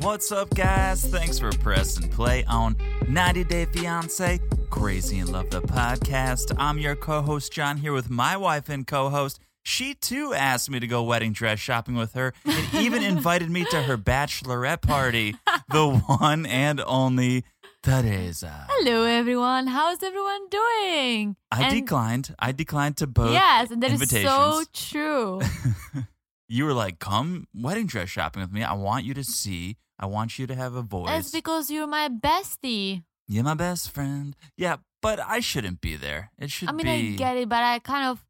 What's up, guys? Thanks for pressing play on 90 Day Fiance Crazy in Love, the podcast. I'm your co host, John, here with my wife and co host. She too asked me to go wedding dress shopping with her and even invited me to her bachelorette party, the one and only Teresa. Hello, everyone. How's everyone doing? I And- declined. I declined to both. Yes, and that is invitations. so true. You were like, come wedding dress shopping with me. I want you to see. I want you to have a voice. That's because you're my bestie. You're my best friend. Yeah, but I shouldn't be there. It should I mean, be. I get it, but I kind of,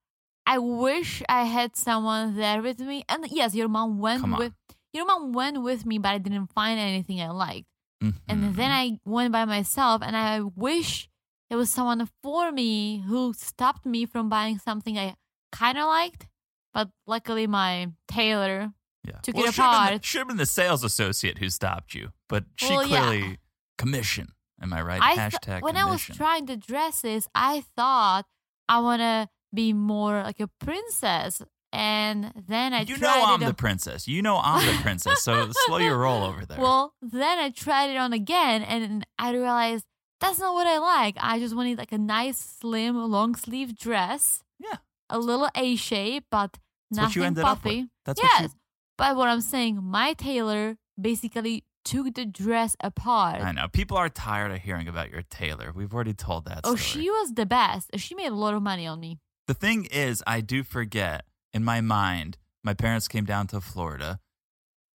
I wish I had someone there with me. And yes, your mom went Come on. with, your mom went with me, but I didn't find anything I liked. And Mhm. then I went by myself, and I wish there was someone for me who stopped me from buying something I kind of liked. But luckily, my tailor yeah. took it should have been the- apart. should have been the sales associate who stopped you, but she Well, yeah. clearly commission. Am I right? th- Hashtag when I was commission. trying the dresses, I thought I want to be more like a princess, and then I you know tried I'm it. the on- princess. You know I'm the princess. So slow your roll over there. well, then I tried it on again, and I realized that's not what I like. I just wanted like a nice, slim, long sleeve dress. Yeah. a little A shape, but That's what you nothing ended up with. puffy. That's yes, what but what I'm saying, my tailor basically took the dress you. apart. I know. People are tired of hearing about your tailor. We've already told that. Oh, story. she was the best. She made a lot of money on me. The thing is, I do forget in my mind, my parents came down to Florida.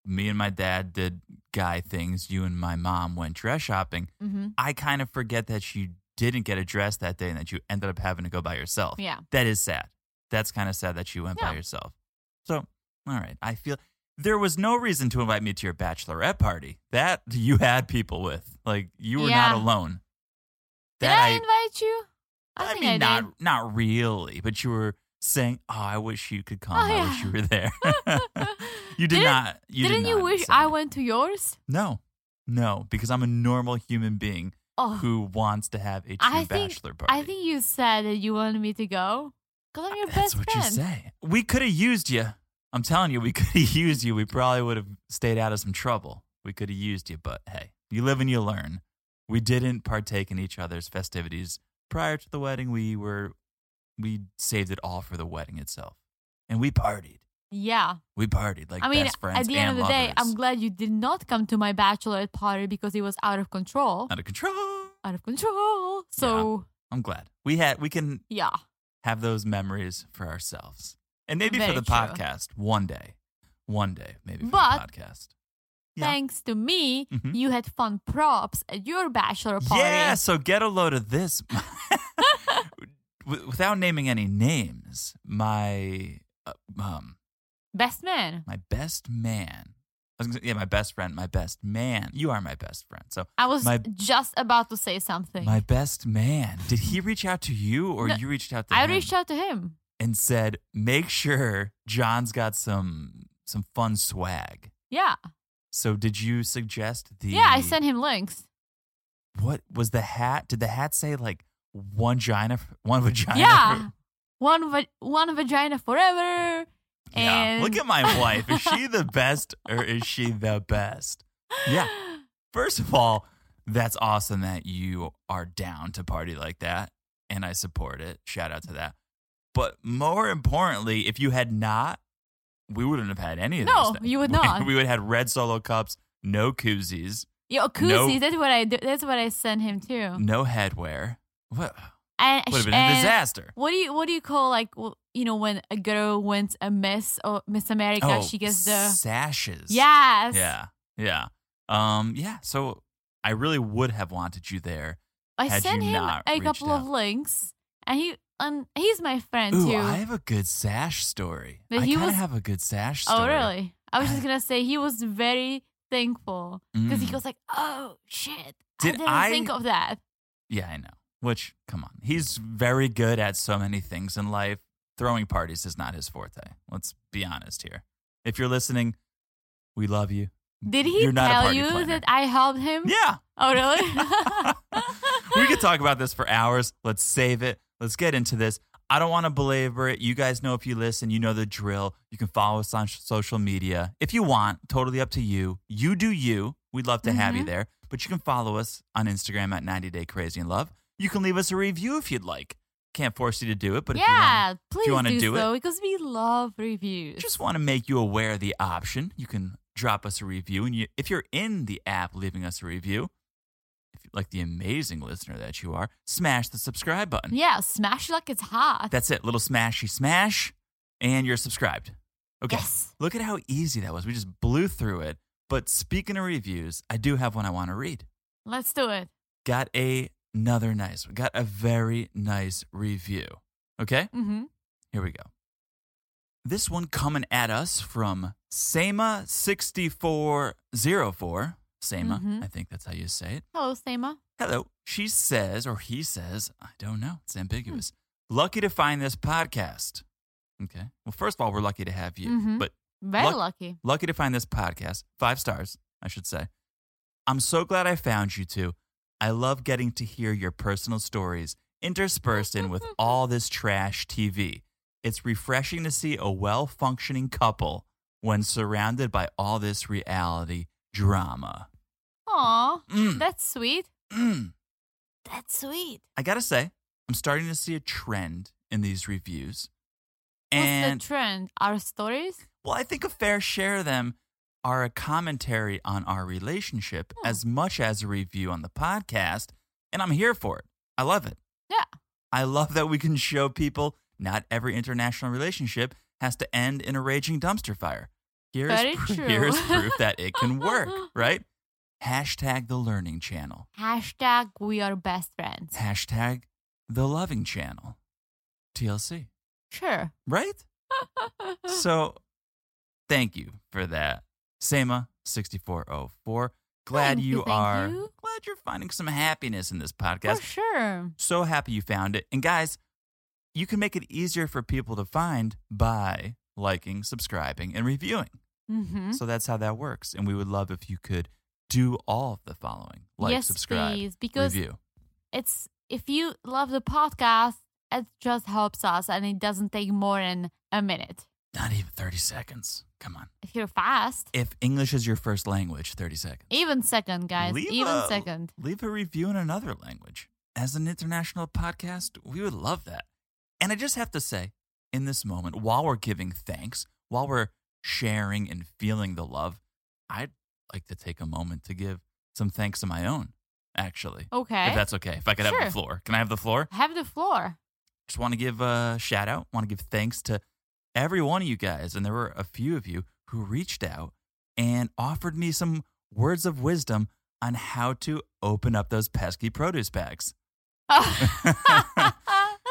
Me and my dad did guy things. You and my mom went dress shopping. Mm-hmm. I kind of forget that you didn't get a dress that day and that you ended up having to go by yourself. Yeah. That is sad. That's kind of sad that you went by Yeah. yourself. So, all right. I feel there was no reason to invite me to your bachelorette party. That you had people with. Like, you were Yeah. not alone. Did That I, invite you? I, think mean, I not did. not really, but you were saying, "Oh, I wish you could come. Oh, I yeah. wish you were there." you did Didn't- not. You Didn't did you not wish say I that. went to yours? No, no, because I'm a normal human being Oh, who wants to have a true I think- bachelor party. I think you said that you wanted me to go because I'm your Uh, That's best what friend. you say. We could have used you. I'm telling you, we could have used you. We probably would have stayed out of some trouble. We could have used you, but hey, you live and you learn. We didn't partake in each other's festivities prior to the wedding. We were, we saved it all for the wedding itself, and we partied. Yeah, We partied like I mean, best friends at the and end of the lovers. day, I'm glad you did not come to my bachelorette party because it was out of control. out of control. Out of control. So I'm glad we had. We can yeah, have those memories for ourselves, and maybe for Very the true. podcast one day, one day maybe for But- the podcast. Yeah. thanks to me, Mhm. you had fun props at your bachelor party. Yeah, so get a load of this. W- Without naming any names, my uh, um best man. my best man. I was gonna say, yeah, my best friend, my best man. You are my best friend. So I was My- just about to say something. my best man. Did he reach out to you, or No, you reached out to I him reached out to him. and said, "Make sure John's got some some fun swag." Yeah. So did you suggest the? Yeah, I sent him links. What was the hat? Did the hat say like one vagina, one vagina? yeah. One va- one vagina forever. Yeah. And Look at my wife. Is she the best or is she the best? Yeah. First of all, that's awesome that you are down to party like that. And I support it. Shout out to that. But more importantly, if you had not, we wouldn't have had any of No, those things. you would We- not. We would have had red solo cups, no koozies, Yo, No. koozies, that's what I do. That's what I sent him too. no headwear. What And would have been a Oh. and disaster. What do you what do you call like w- you know when a girl wins a Miss or Miss America, oh, she gets the sashes. yes, Yeah. Yeah. Um, yeah. So I really would have wanted you there. I Had sent you him not a reached couple out. of links, and he and he's my friend Ooh, too. I have a good sash story. But I he kind of was- have a good sash story. Oh, really? I was just gonna say he was very thankful because Mm. he was like, "Oh shit, I Did didn't I- think of that." Yeah, I know. Which, come on, he's very good at so many things in life. Throwing parties is not his forte. Let's be honest here. If you're listening, we love you. Did he You're not a tell party you planner. that I helped him? Yeah, Oh, really? we could talk about this for hours. Let's save it. Let's get into this. I don't want to belabor it. You guys know if you listen, you know the drill. You can follow us on sh- social media if you want. Totally up to you. You do you. We'd love to have you Mhm. there. But you can follow us on Instagram at 90 Day Crazy in Love. You can leave us a review if you'd like. Can't force you to do it, but if you want yeah, please wanna do, do it- so because we love reviews. Just want to make you aware of the option. You can drop us a review, and you, if you're in the app, leaving us a review, if you like the amazing listener that you are, smash the subscribe button. yeah, smash it like it's hot. That's it, little smashy smash, and you're subscribed. Okay. Yes. Look at how easy that was. We just blew through it. But speaking of reviews, I do have one I want to read. Let's do it. Got a, another nice one. Got a very nice review. Okay. Mm-hmm. Here we go. This one coming at us from Sama6404. Sama, Mhm. I think that's how you say it. Hello, Sema. Hello. She says, or he says, I don't know. It's ambiguous. Lucky to find this podcast. Okay. Well, first of all, we're lucky to have you, Mhm. but Very Luck- lucky. lucky to find this podcast. Five stars, I should say. I'm so glad I found you two. I love getting to hear your personal stories interspersed in with all this trash TV. It's refreshing to see a well functioning couple when surrounded by all this reality drama. Aw, Mm, that's sweet. mm. That's sweet. I gotta say, I'm starting to see a trend in these reviews. What's the trend? Our stories? Well, I think a fair share of them are a commentary on our relationship Hmm. as much as a review on the podcast, and I'm here for it. I love it. Yeah. I love that we can show people not every international relationship has to end in a raging dumpster fire. Here's, Very pr- true. here's proof that it can work, right? Hashtag the learning channel. Hashtag we are best friends. Hashtag the loving channel. TLC, Sure. right? so thank you for that. Sama sixty four oh four. Glad Thank you, you, thank are you. glad you're finding some happiness in this podcast. For sure. So happy you found it. And guys, you can make it easier for people to find by liking, subscribing, and reviewing. Mm-hmm. So that's how that works. And we would love if you could do all of the following. Like, yes, subscribe, please. Because review. it's if you love the podcast, it just helps us, and it doesn't take more than a minute. Not even 30 seconds. Come on. If you're fast, If English is your first language, 30 seconds. even second, guys, Leave even a- second. Leave a review in another language. As an international podcast, we would love that. And I just have to say, in this moment, while we're giving thanks, while we're sharing and feeling the love, I'd like to take a moment to give some thanks of my own, actually. If Okay, that's okay. If I could have the Sure. floor. Can I have the floor? have the floor. Just want to give a shout out, want to give thanks to every one of you guys. And there were a few of you who reached out and offered me some words of wisdom on how to open up those pesky produce bags.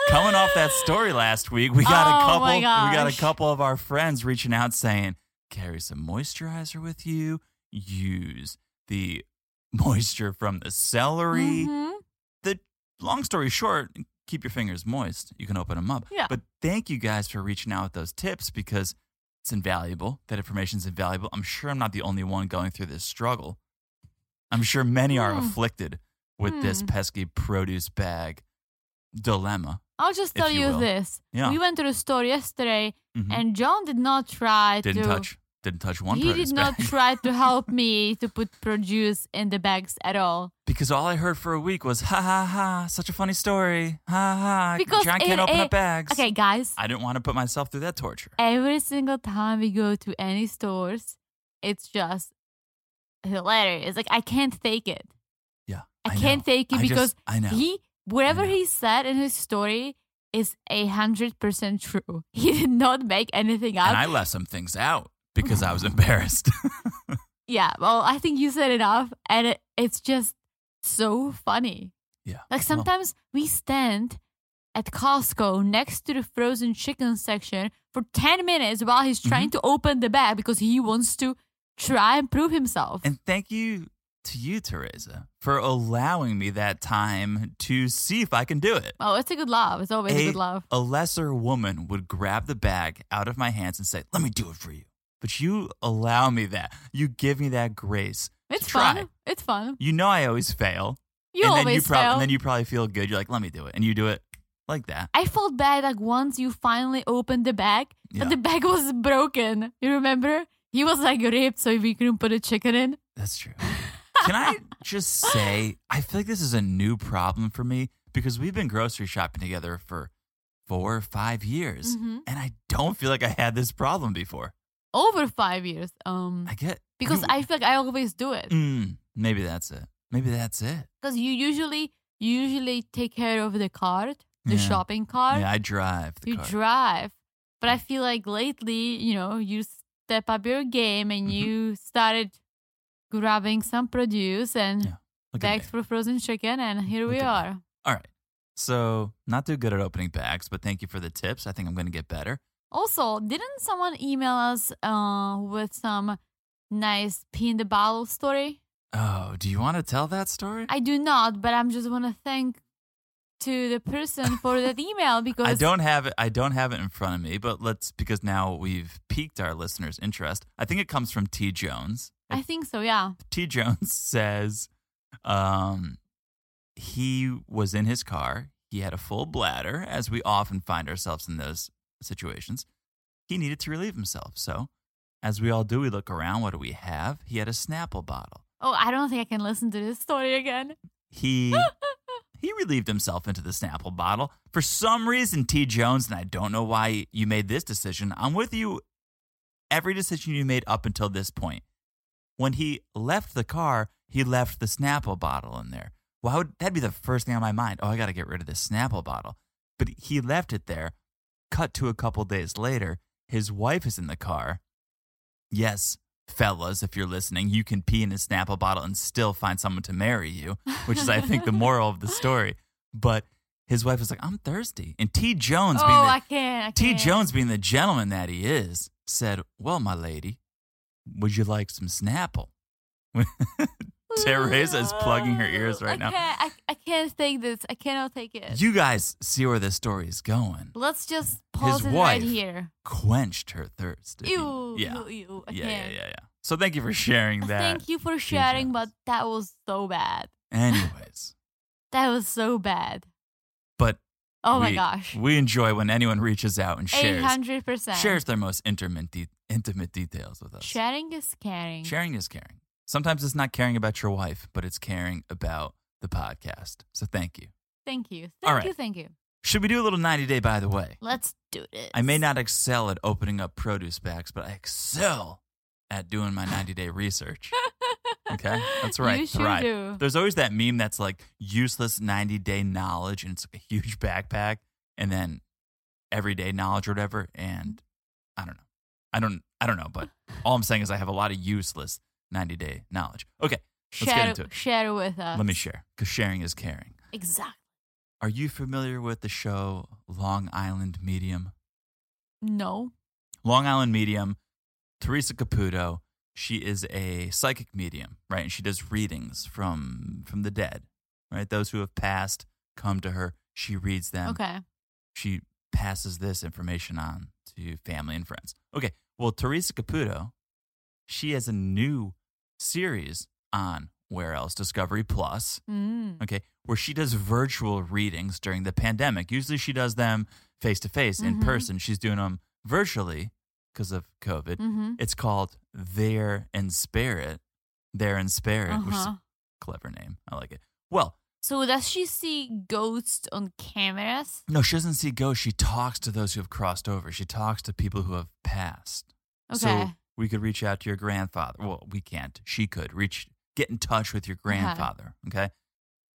Coming off that story last week, we got a Oh couple my we got a gosh. couple of our friends reaching out saying, carry some moisturizer with you, use the moisture from the celery Mhm. long story short, keep your fingers moist. You can open them up. Yeah. But thank you guys for reaching out with those tips because it's invaluable. That information's invaluable. I'm sure I'm not the only one going through this struggle. I'm sure many are Hmm. afflicted with this Hmm. pesky produce bag dilemma. I'll just if tell you you, will. this: Yeah. we went to the store yesterday, Mhm. and John did not try didn't to touch didn't touch one he produce did not bag. try to help me to put produce in the bags at all because all I heard for a week was ha ha ha, such a funny story. Ha ha. Because John can't it- open it- up bags. okay guys I didn't want to put myself through that torture. every single time we go to any stores it's just hilarious like i can't take it Yeah. i, know. can't take it I just- because I know. he whatever know. he said in his story is a hundred percent true he did not make anything up and I left some things out because I was embarrassed. yeah well i think you said enough and it, it's just so funny yeah. Like sometimes we stand at Costco next to the frozen chicken section for 10 minutes while Mm-hmm. he's trying to open the bag because he wants to try and prove himself. and thank you to you, Teresa, for allowing me that time to see if I can do it. oh, it's a good love. It's always a good love. a lesser woman would grab the bag out of my hands and say, "Let me do it for you." But you allow me that. You give me that grace. to It's try. fun. It's fun. You know I always fail. You and then always you prob- fail. and then you probably feel good. You're like, "Let me do it." And you do it like that. I felt bad like once you finally opened the bag, Yeah. but the bag was broken. You remember? He was like ripped so we couldn't put a chicken in. That's true. Can I just say, I feel like this is a new problem for me because we've been grocery shopping together for four or five years, Mhm. and I don't feel like I had this problem before. Over five years. Um, I get because you- I feel like I always do it. Mm, maybe that's it. Maybe that's it. Because you usually you usually take care of the cart, the Yeah. shopping cart. Yeah, I drive the you car. drive. But I feel like lately, you know, you step up your game and Mhm. you started grabbing some produce and Yeah, Look at me. bags for frozen chicken, and here we Look at are. All right. So, not too good at opening bags, but thank you for the tips. I think I'm going to get better. Also, didn't someone email us uh, with some nice pee in the bottle story? Oh, do you want to tell that story? I do not, but I'm just want to thank to the person for that email because I don't have it. I don't have it in front of me, but let's because now we've piqued our listeners' interest. I think it comes from T. Jones. I think so. Yeah. T. Jones says, um, he was in his car. He had a full bladder, as we often find ourselves in those situations. He needed to relieve himself, so as we all do, we look around. What do we have? He had a Snapple bottle. Oh, I don't think I can listen to this story again. He he relieved himself into the Snapple bottle. For some reason, T. Jones, and I don't know why you made this decision. I'm with you every decision you made up until this point. When he left the car, he left the Snapple bottle in there. Why would that be the first thing on my mind? Oh, I got to get rid of this Snapple bottle. But he left it there. Cut to a couple days later, his wife is in the car. Yes, fellas, if you're listening, you can pee in a Snapple bottle and still find someone to marry you, which is, I think, the moral of the story. But his wife is like, I'm thirsty. And T. Jones oh, being the, I can't. I T. can't. Jones, being the gentleman that he is, said, Well, my lady, would you like some Snapple? Teresa is plugging her ears right I now. Can't, I, I can't take this. I cannot take it. You guys see where this story is going. Let's just pause it wife. right here. Quenched her thirst. if you- Ew, Yeah. ew, ew. I yeah, yeah, can't. Uh, yeah, yeah. So thank you for sharing that. Thank you for sharing, but that was so bad. Anyways, That was so bad. but Oh my we- gosh. we enjoy when anyone reaches out and shares 800%. shares their most intimate de- intimate details with us. Sharing is caring. Sharing is caring. Sometimes it's not caring about your wife, but it's caring about the podcast. So thank you. Thank you. Thank All you. right. Thank you. Should we do a little 90 day, by the way? Let's do this. I may not excel at opening up produce bags, but I excel at doing my 90 day research. Okay? That's right. You should thrive. do. There's always that meme that's like useless 90 day knowledge, and it's like a huge backpack, and then everyday knowledge or whatever. And I don't know. I don't, I don't know, but all I'm saying is I have a lot of useless 90 day knowledge. Okay, get Share, into it. share with us. let me share because sharing is caring. Exactly. Are you familiar with the show Long Island Medium? No. Long Island medium, Teresa Caputo. She is a psychic medium, right? And she does readings from from the dead, right? Those who have passed come to her. She reads them. Okay. She passes this information on to family and friends. Okay. Well, Teresa Caputo, she has a new series on Where Else Discovery Plus Mm. okay, where she does virtual readings during the pandemic. Usually she does them face to face in Mhm. person. She's doing them virtually because of COVID. Mm-hmm. It's called There in Spirit. There in Spirit, which is Uh-huh. a clever name. I like it. Well, So does she see ghosts on cameras? no, she doesn't see ghosts. She talks to those who have crossed over. She talks to people who have passed. So Okay. we could reach out to your grandfather. Well, we can't. She could reach, get in touch with your grandfather. Okay.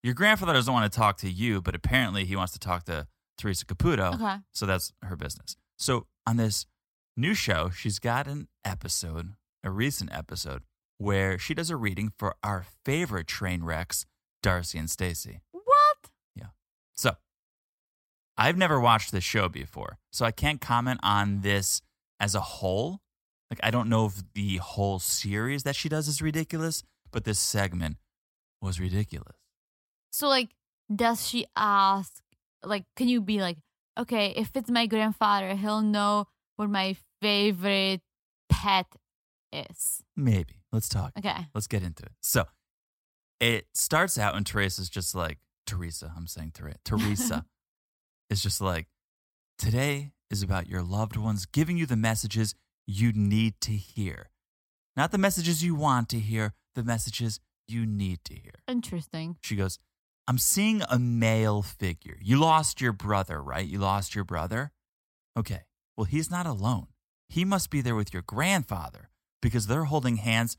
Your grandfather doesn't want to talk to you, but apparently he wants to talk to Teresa Caputo. Okay. So that's her business. So on this new show, she's got an episode, a recent episode, where she does a reading for our favorite train wrecks, Darcy and Stacy. What? So I've never watched this show before, so I can't comment on this as a whole. Like, I don't know if the whole series that she does is ridiculous, but this segment was ridiculous. So like, does she ask? Like, can you be like, okay, if it's my grandfather, he'll know what my favorite pet is. Maybe. Let's talk. Okay. Let's get into it. So it starts out, and Teresa's just like, Teresa, I'm saying Teresa. Teresa is just like, today is about your loved ones giving you the messages you need to hear. Not the messages you want to hear, the messages you need to hear. Interesting. She goes, I'm seeing a male figure. You lost your brother, right? You lost your brother? Okay. Well, he's not alone. He must be there with your grandfather because they're holding hands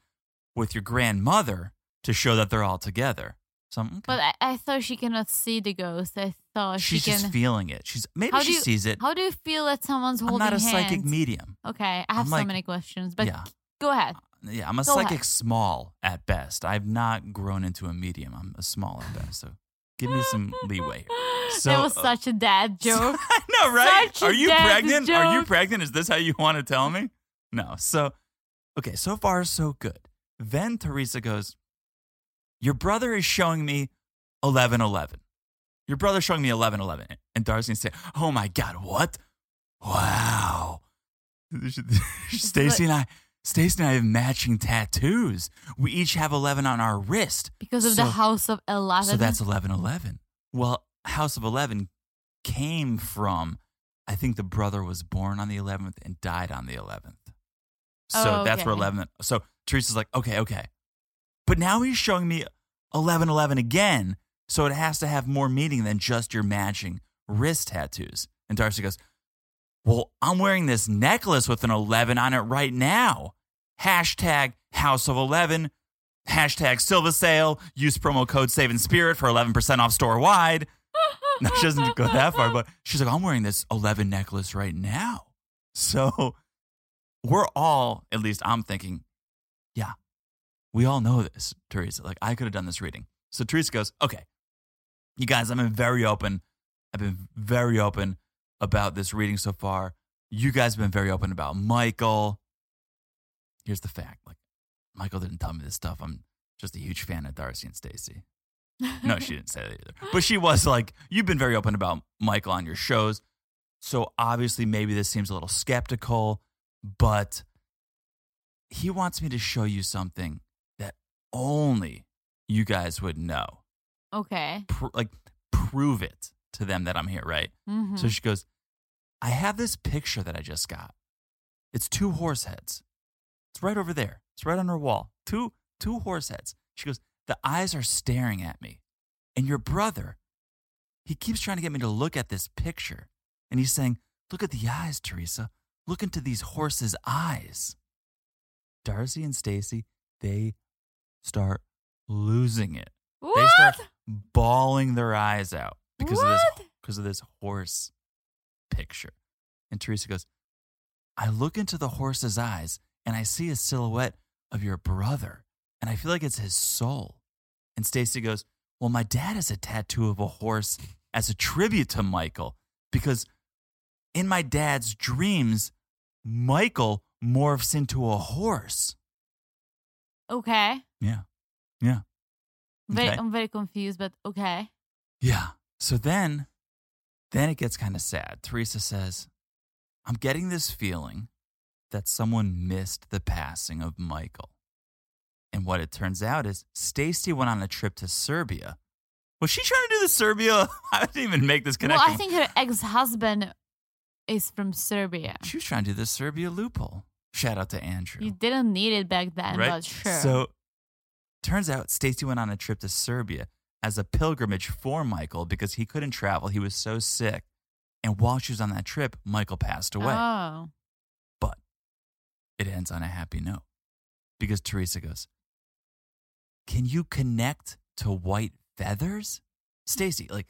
with your grandmother to show that they're all together. So I'm, okay. But I, I thought she cannot see the ghost. I thought she's she just can. feeling it. She's maybe How she do you- sees it. How do you feel that someone's I'm holding not a hands? psychic medium. Okay, I have I'm so like- many questions, but Yeah. go ahead. Yeah, I'm a Go ahead. psychic small at best. I've not grown into a medium. I'm a small at best. So give me some leeway. here. So, that was uh, such a dad joke. I know, right? Such a Are you dad pregnant? Are you joke. pregnant? Is this how you want to tell me? No. So, okay, so far, so good. Then Teresa goes, Your brother is showing me 1111. Your brother's showing me 1111. And Darcy said, Oh my God, what? Wow. Stacy and I. Stacy and I have matching tattoos. We each have 11 on our wrist. Because of So- the House of Eleven. So that's 1111. Well, House of 11 came from, I think the brother was born on the 11th and died on the 11th. So Oh, that's where okay. 11. So Teresa's like, okay, okay. But now he's showing me 1111 again. So it has to have more meaning than just your matching wrist tattoos. And Darcy goes, well, I'm wearing this necklace with an 11 on it right now. Hashtag House of 11. Hashtag Silva Sale. Use promo code Save and Spirit for 11% off store wide. No, she doesn't go that far, but she's like, I'm wearing this 11 necklace right now. So we're all, at least I'm thinking, yeah, we all know this, Teresa. Like, I could have done this reading. So Teresa goes, okay, you guys, I've been very open. I've been very open about this reading so far. You guys have been very open about Michael. Here's the fact like, Michael didn't tell me this stuff. I'm just a huge fan of Darcy and Stacy. No, she didn't say that either. But she was like, You've been very open about Michael on your shows. So obviously, maybe this seems a little skeptical, but he wants me to show you something that only you guys would know. okay. Pr- like, prove it to them that I'm here, right? hmm So she goes, I have this picture that I just got. It's two horse heads. It's right over there. It's right on her wall. Two two horse heads. She goes, The eyes are staring at me. And your brother, he keeps trying to get me to look at this picture. And he's saying, Look at the eyes, Teresa. Look into these horses' eyes. Darcy and Stacy, they start losing it. They what? start bawling their eyes out because of this What? because of this horse picture. And Teresa goes, I look into the horse's eyes and I see a silhouette of your brother, and I feel like it's his soul. And Stacy goes, Well, my dad has a tattoo of a horse as a tribute to Michael, because in my dad's dreams, Michael morphs into a horse. Okay. Yeah. Yeah. I'm Very, I'm very confused, but okay. Yeah. So then, then it gets kind of sad. Teresa says, I'm getting this feeling that someone missed the passing of Michael. And what it turns out is Stacy went on a trip to Serbia. Was she trying to do the Serbia? I didn't even make this Well, connection. I think her ex-husband is from Serbia. she was trying to do the Serbia loophole. Shout out to Andrew. You didn't need it back then, right? but sure. So turns out Stacy went on a trip to Serbia as a pilgrimage for Michael because he couldn't travel. He was so sick. And while she was on that trip, Michael passed away. Oh. But it ends on a happy note because Teresa goes, Can you connect to white feathers? Stacy, like,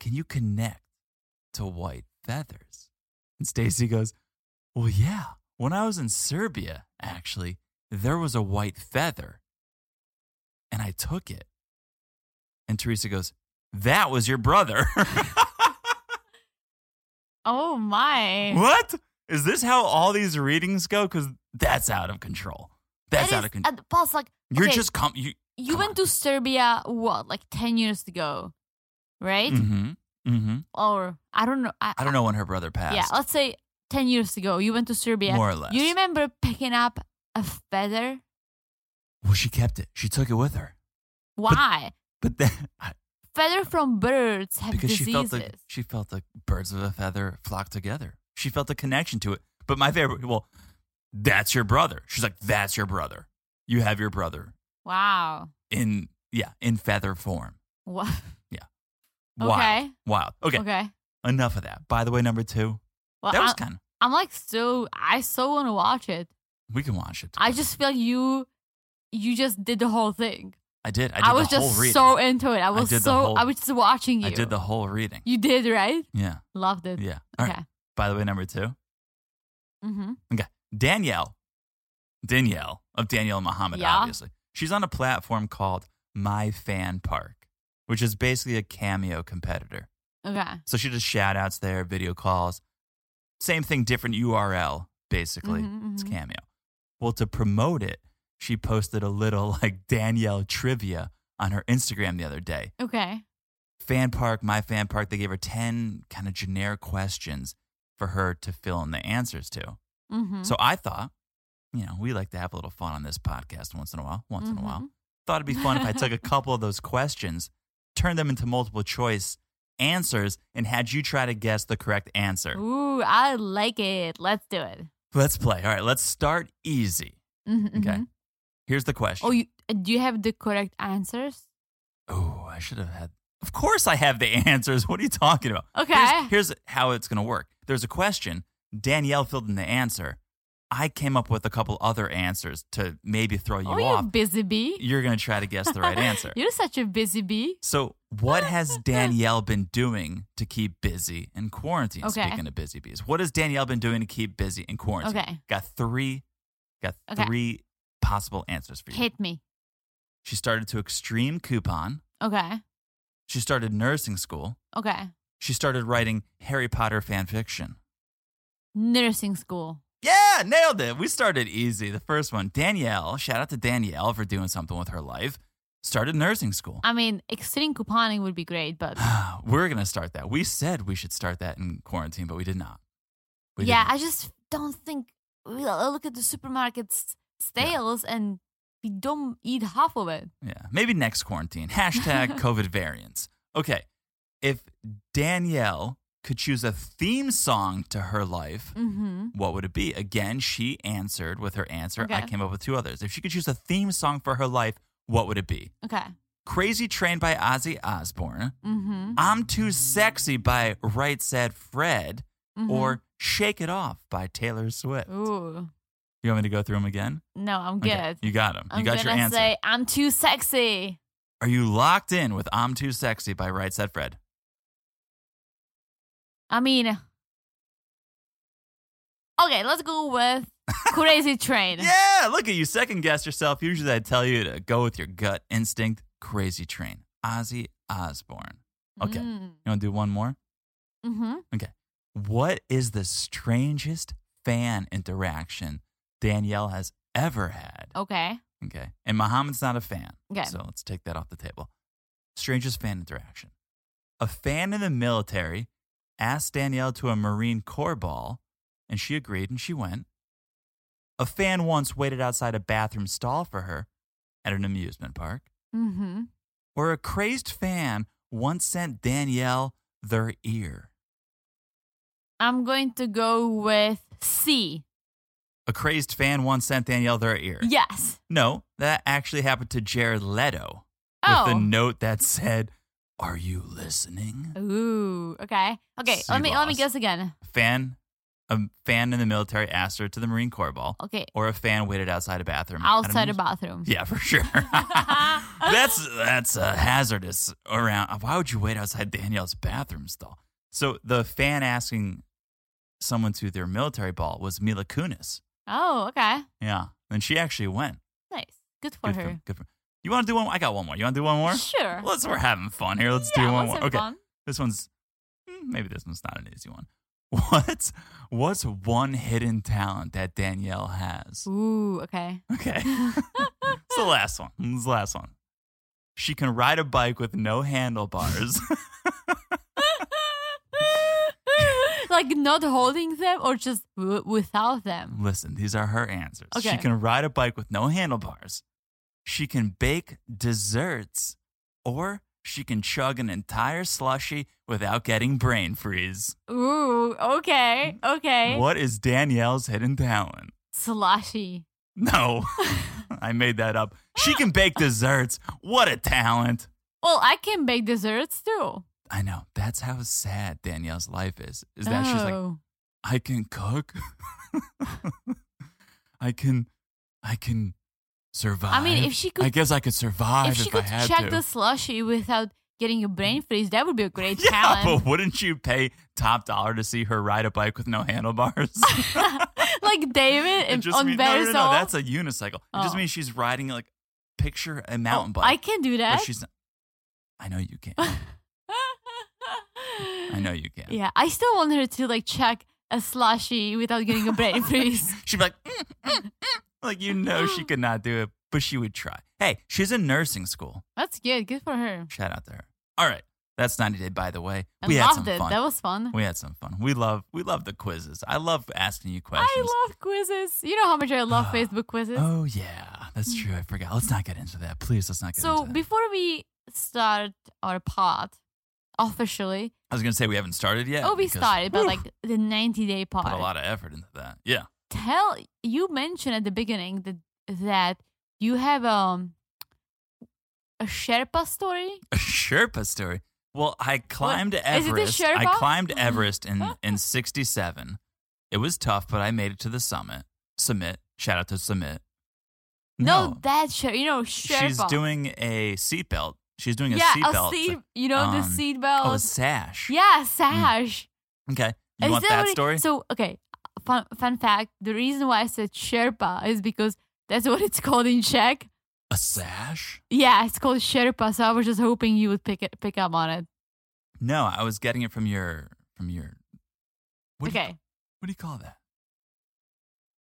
can you connect to white feathers? And Stacy goes, Well, yeah. When I was in Serbia, actually, there was a white feather and I took it. And Teresa goes, That was your brother. Oh my. What? Is this how all these readings go? Because that's out of control. That's That out is- of control. and Plus, like, You're okay, just com- you. you come went to Serbia what, like ten years ago, right? Mm-hmm. Mm-hmm. Or I don't know. I, I don't know when her brother passed. Yeah, let's say ten years ago you went to Serbia. More or less. You remember picking up a feather? Well, she kept it. She took it with her. Why? But then, I- feather from birds have because diseases. she felt the she felt the birds of a feather flock together. She felt a connection to it. But my favorite, well, that's your brother. She's like, that's your brother. You have your brother Wow. in yeah in feather form. What? Wild, Okay. wild. Okay, Okay. enough of that. By the way, number two, Well, that was I, kind of I'm like so. I so want to watch it. we can watch it. I just feel you. You just did the whole thing. I did. I, did I, was the whole just reading. so into it. I was did the so. whole- I was just watching you. I did the whole reading. You did right. Yeah, Loved it. yeah. All right. Okay. By the way, number two, Mm-hmm. Danielle, Danielle of Danielle Muhammad, Yeah. obviously. She's on a platform called My Fan Park, which is basically a cameo competitor. Okay. So she does shout outs there, video calls, same thing, different URL, basically. Mhm, It's mhm. cameo. Well, to promote it, she posted a little like Danielle trivia on her Instagram the other day. Okay. Fan Park, My Fan Park, they gave her 10 kind of generic questions for her to fill in the answers to. Mm-hmm. So I thought, you know, we like to have a little fun on this podcast once in a while. Once Mm-hmm. in a while. Thought it'd be fun if I took a couple of those questions, turned them into multiple choice answers, and had you try to guess the correct answer. Mm-hmm. Ooh, I like it. Let's do it. Let's play. All right, let's start easy. Mm-hmm, Okay. Here's the question. Oh, you, do you have the correct answers? Oh, I should have had. Of course, I have the answers. What are you talking about? Okay. Here's, here's how it's going to work. There's a question. Danielle filled in the answer. I came up with a couple other answers to maybe throw you oh, off. you busy bee. You're going to try to guess the right answer. You're such a busy bee. So, what has Danielle been doing to keep busy in quarantine? Okay. Speaking of busy bees, what has Danielle been doing to keep busy in quarantine? Okay. Got three, got Okay. three possible answers for you. Hit me. She started to extreme coupon. Okay. She started nursing school. Okay. She started writing Harry Potter fan fiction. Nursing school. Yeah, nailed it. We started easy. The first one, Danielle. Shout out to Danielle for doing something with her life. Started nursing school. I mean, extreme couponing would be great, but We're gonna start that. We said we should start that in quarantine, but we did not. We yeah, didn't. I just don't think. we- I look at the supermarket's sales and we don't eat half of it. Yeah, maybe next quarantine. Hashtag COVID variants. Okay, if Danielle could choose a theme song to her life, Mm-hmm. what would it be? Again, she answered with her answer. I Okay. came up with two others. If she could choose a theme song for her life, what would it be? Okay. Crazy Train by Ozzy Osbourne, Mm-hmm. I'm Too Sexy by Right Said Fred, or Shake It Off by Taylor Swift. Mm-hmm. Ooh. You want me to go through them again? No, I'm good. Okay, You got them. You I'm got gonna your answer. say I'm too sexy. Are you locked in with I'm Too Sexy by Right Said Fred? I mean, okay, let's go with Crazy Train. Yeah, look at you second guess yourself. Usually I tell you to go with your gut instinct. Crazy Train. Ozzy Osbourne. Okay. You want to do one more? Mm-hmm. What is the strangest fan interaction Danielle has ever had? Okay. Okay. And Muhammad's not a fan. Okay. So let's take that off the table. Strangest fan interaction. A fan in the military asked Danielle to a Marine Corps ball, and she agreed and she went. A fan once waited outside a bathroom stall for her at an amusement park. Mm-hmm. Or a crazed fan once sent Danielle their ear. I'm going to go with C. A crazed fan once sent Danielle their ear. Yes. No, that actually happened to Jared Leto with a Oh. note that said, Are you listening? Ooh. Okay. Okay. C Let me let me lost. guess again. fan, a fan in the military asked her to the Marine Corps ball, Okay. or a fan waited outside a bathroom. at an Outside the amuse- bathroom. Yeah, for sure. that's that's uh, hazardous. Around, why would you wait outside Danielle's bathroom stall? So the fan asking someone to their military ball was Mila Kunis. Oh. Okay. Yeah, and she actually went. Nice. Good for good her. good for. You want to do one? I got one more. You want to do one more? Sure. Let's. We're having fun here. Let's yeah, do one let's more. have okay. fun. This one's mm, maybe this one's not an easy one. What's what's one hidden talent that Danielle has? Ooh. Okay. Okay. it's the last one. It's the last one. She can ride a bike with no handlebars. like not holding them or just w- without them. Listen, these are her answers. She Okay. can ride a bike with no handlebars. She can bake desserts or she can chug an entire slushy without getting brain freeze. Ooh, okay, okay. What is Danielle's hidden talent? Slushy. No, I made that up. She can bake desserts. What a talent. Well, I can bake desserts too. I know. That's how sad Danielle's life is. Is that she's Oh. like, I can cook. I can, I can survive. I mean, if she could, I guess I could survive if if, she I could had check to. Mm. the slushy without getting a brain freeze, that would be a great yeah, talent. but wouldn't you pay top dollar to see her ride a bike with no handlebars? like David It and just on mean- no, no, no, Better no, that's a unicycle. It just Oh. means she's riding like picture a mountain bike. I can but do that. she's not, I know you can. I know you can. Yeah, I still want her to like check a slushy without getting a brain freeze. She'd be like, "Mm, mm, mm." like you know Mm. she could not do it, but she would try. Hey, she's in nursing school. That's good. Good for her. Shout out to her. All right, that's ninety day. By the way, I we had loved some it. fun. That was fun. we had some fun. We love we love the quizzes. I love asking you questions. I love quizzes. You know how much I love Facebook quizzes. oh yeah, that's true. I forgot. Let's not get into that, please. Let's not get Mm. so into that. before we start our pod officially, I was gonna say we haven't started yet. oh, we because- started, but Whew, like the 90 day put a pod. lot of effort into that. Yeah. Tell you mentioned at the beginning that that you have um a Sherpa story. A Sherpa story. Well, I climbed Is it the Everest. I Sherpa? climbed Everest in in '67. It was tough, but I made it to the summit. Summit. Shout out to Summit. No, that Sherpa. You know Sherpa. she's doing a seatbelt. She's doing a yeah, seatbelt. a seat. You know the um, seat Oh, a belt. sash. yeah, sash. Okay. You Is want that what it- story? So, okay, fun, fun fact the reason why I said Sherpa is because that's what it's called in Czech. a sash? Yeah, it's called Sherpa. So I was just hoping you would pick it, pick up on it. No, I was getting it from your from your. What Do you, okay. what do you call that?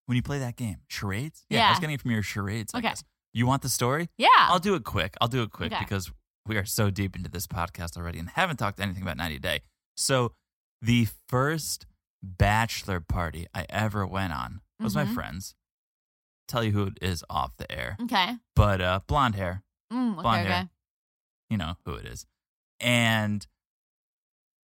When you play that game, charades. Yeah, I Yeah. was getting it from your charades. I Okay. guess. You want the story? yeah. I'll do it quick. I'll do it quick Okay. because we are so deep into this podcast already and haven't talked anything about 90 Day. So, the first bachelor party I ever went on was my Mhm. friend's. Tell you who it is off the air, okay. but uh, blonde hair, Mm, okay. Blonde hair. okay. you know who it is. And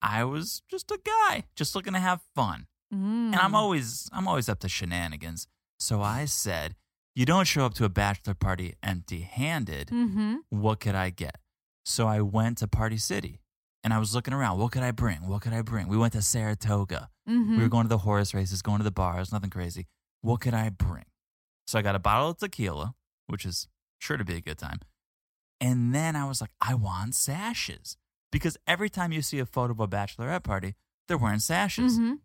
I was just a guy, just looking to have fun. And I'm Mm. always I'm always up to shenanigans. So I said, you don't show up to a bachelor party empty-handed Mhm. what could I get? So I went to Party City and I was looking around. What could I bring? What could I bring? We went to Saratoga. Mhm. We were going to the horse races, going to the bars, nothing crazy. What could I bring? So I got a bottle of tequila, which is sure to be a good time. And then I was like, I want sashes. Because every time you see a photo of a bachelorette party, they're wearing sashes. Mhm.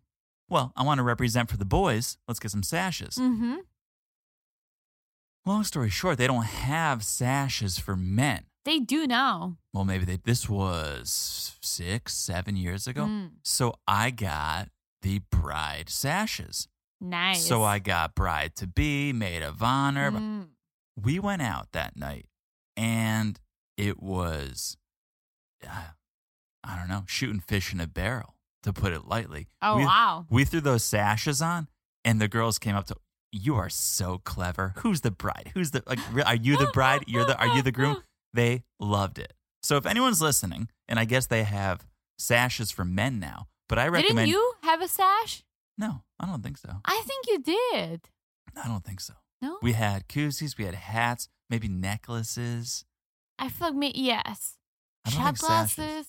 Well, I want to represent for the boys. Let's get some sashes. Mhm. Long story short, they don't have sashes for men. They do now. well, maybe they, this was six, seven years ago. Mm. So I got the bride sashes. Nice. So I got bride to be, maid of honor. Mm. We went out that night and it was, uh, I don't know, shooting fish in a barrel, to put it lightly. Oh we, wow. we threw those sashes on and the girls came up to, you are so clever. Who's the bride? Who's the, like, re- are you the bride? You're the, are you the groom? they loved it. So if anyone's listening, and I guess they have sashes for men now, but I recommend Didn't you have a sash? No, I don't think so. I think you did. I don't think so. No. We had koozies, we had hats, maybe necklaces. I feel like me. Yes. I don't Shot think sashes. glasses.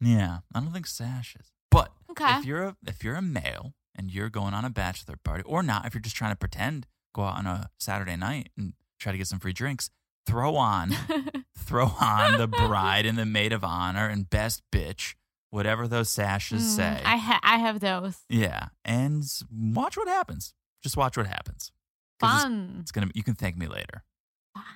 Yeah, I don't think sashes. But Okay. if you're a if you're a male and you're going on a bachelor party or not, if you're just trying to pretend, go out on a Saturday night and try to get some free drinks, throw on throw on the bride and the maid of honor and best bitch, whatever those sashes Mm, say. I ha- I have those. Yeah, and s- watch what happens. Just watch what happens. 'Cause It's, Fun. it's gonna. You can thank me later.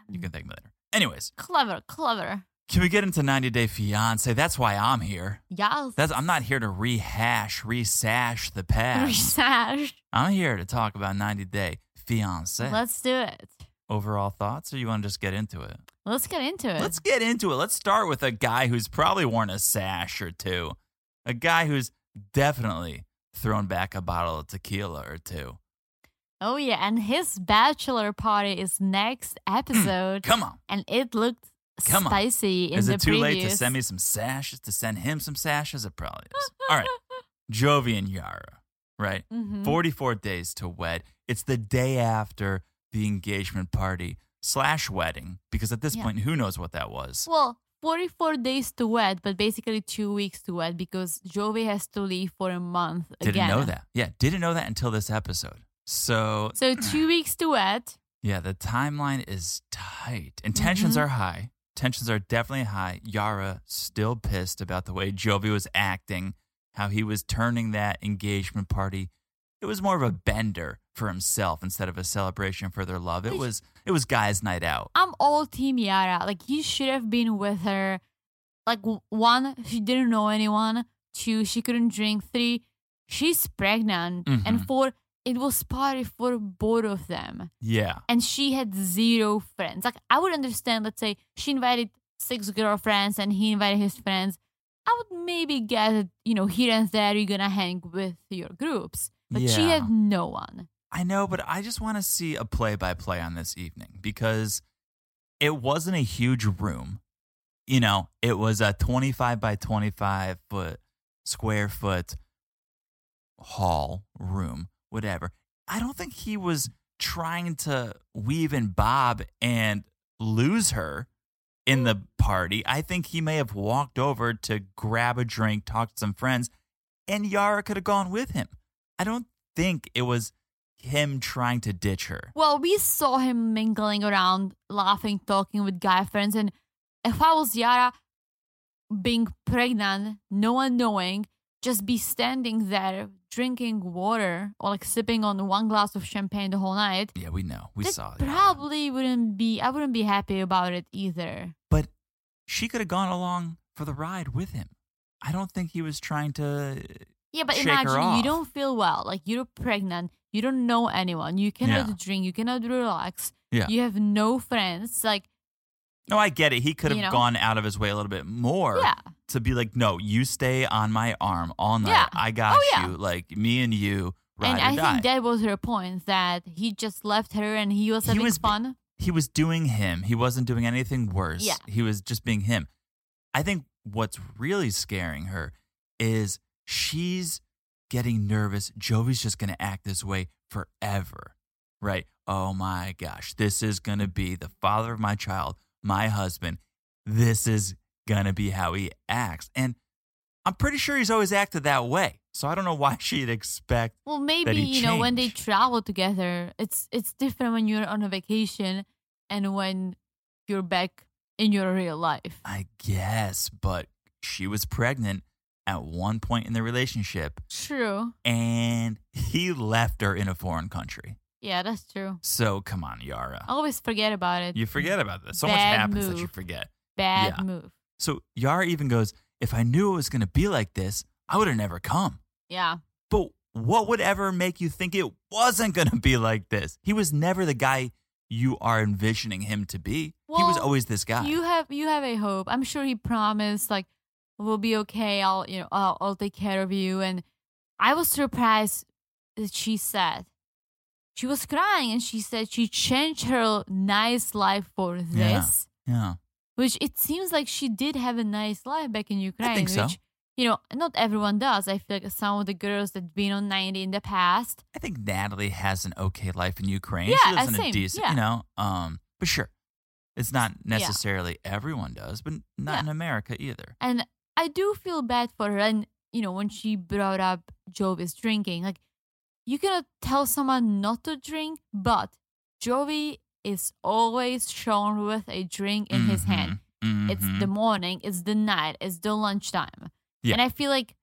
You can thank me later. Anyways, Clever, clever. can we get into 90 Day Fiance? That's why I'm here. Yes. That's I'm not here to rehash, resash the past. Sash. I'm here to talk about 90 Day Fiance. Let's do it. Overall thoughts, or you want to just get into it? Let's get into it. Let's get into it. Let's start with a guy who's probably worn a sash or two, a guy who's definitely thrown back a bottle of tequila or two. oh yeah, and his bachelor party is next episode, Come on. and it looked Come on. spicy in is the it too previews. late to send me some sashes to send him some sashes it probably is all right jovi and yara right Mhm. 44 days to wed it's the day after the engagement party slash wedding because at this Yeah. point, who knows what that was? Well, 44 days to wed, but basically two weeks to wed because Jovi has to leave for a month Didn't again. uh, know that. Yeah, didn't know that until this episode. So So two weeks to wed. Yeah, the timeline is tight. And tensions Mhm. are high. Tensions are definitely high. Yara still pissed about the way Jovi was acting, how he was turning that engagement party. It was more of a bender for himself instead of a celebration for their love. It Which- was it was guys' night out. I'm all team Yara. Like he should have been with her. Like w- one, she didn't know anyone. Two, she couldn't drink. Three, she's pregnant. Mhm. And four, it was party for both of them. Yeah. And she had zero friends. Like I would understand. Let's say she invited six girlfriends and he invited his friends. I would maybe guess that you know here and there you're gonna hang with your groups, but she Yeah. had no one. I know, but I just want to see a play by play on this evening because it wasn't a huge room. You know, it was a 25 by 25 foot square foot hall, room, whatever. I don't think he was trying to weave and bob and lose her in the party. I think he may have walked over to grab a drink, talk to some friends, and Yara could have gone with him. I don't think it was him trying to ditch her. Well, we saw him mingling around, laughing, talking with guy friends, and if I was Yara, being pregnant, no one knowing, just be standing there drinking water or like sipping on one glass of champagne the whole night. Yeah, we know. We that saw that. Probably wouldn't be. I wouldn't be happy about it either. But she could have gone along for the ride with him. I don't think he was trying to. uh, Yeah, but Shake her imagine you off. don't feel well. Like you're pregnant. You don't know anyone. You cannot drink. You cannot relax. Yeah. You have no friends. Like No, I get it. He could have You know? gone out of his way a little bit more yeah. to be like, no, you stay on my arm all night. Yeah. I got Oh, yeah. you. Like, me and you ride and or I die. think that was her point that he just left her and he was He having was- fun. he was doing him. He wasn't doing anything worse. Yeah. He was just being him. I think what's really scaring her is she's getting nervous. Jovi's just going to act this way forever, right? Oh my gosh, this is going to be the father of my child, my husband. This is going to be how he acts. And I'm pretty sure he's always acted that way. So I don't know why she'd expect. Well, maybe he you know when they changed. travel together, it's it's different when you're on a vacation and when you're back in your real life. I guess, but she was pregnant at one point in the relationship True. and he left her in a foreign country. Yeah, that's true. So come on, Yara. I always forget about it. You forget about this. So much Oh, Bad happens that you move. forget. Bad yeah. move. So Yara even goes, If I knew it was going to be like this, I would have never come. Yeah. But what would ever make you think it wasn't going to be like this? He was never the guy you are envisioning him to be. he was Well, always this guy. You have you have a hope. I'm sure he promised like we'll be okay. I'll you know I'll, I'll take care of you. And I was surprised that she said she was crying and she said she changed her nice life for this, Yeah. yeah. which it seems like she did have a nice life back in Ukraine. think so. Which, you know, not everyone does. I feel like some of the girls that been on 90 in the past, I think Natalie has an okay life in Ukraine. Yeah, uh, she lives in a same, decent, yeah. you know. Um, but sure, it's not necessarily everyone does, but not Yeah. in America either. And I do feel bad for her. And, you know, when she brought up Jovi's drinking, like, you cannot tell someone not to drink, but Jovi is always shown with a drink in his hand. Mhm, It's mhm. the morning, it's the night, it's the lunchtime. Yeah. And I feel like,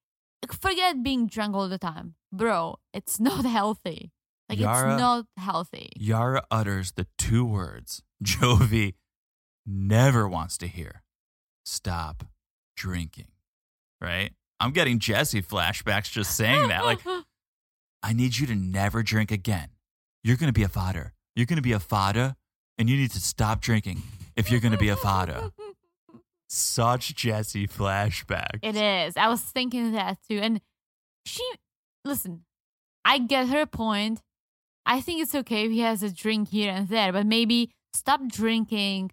forget being drunk all the time. Bro, it's not healthy. Like, Yara- it's not healthy. Yara utters the two words Jovi never wants to hear stop drinking. Right? I'm getting Jesse flashbacks just saying that. Like, I need you to never drink again. You're going to be a fodder. You're going to be a fodder, and you need to stop drinking if you're going to be a fodder. Such Jesse flashbacks. It is. I was thinking that too. And she, listen, I get her point. I think it's okay if he has a drink here and there, but maybe stop drinking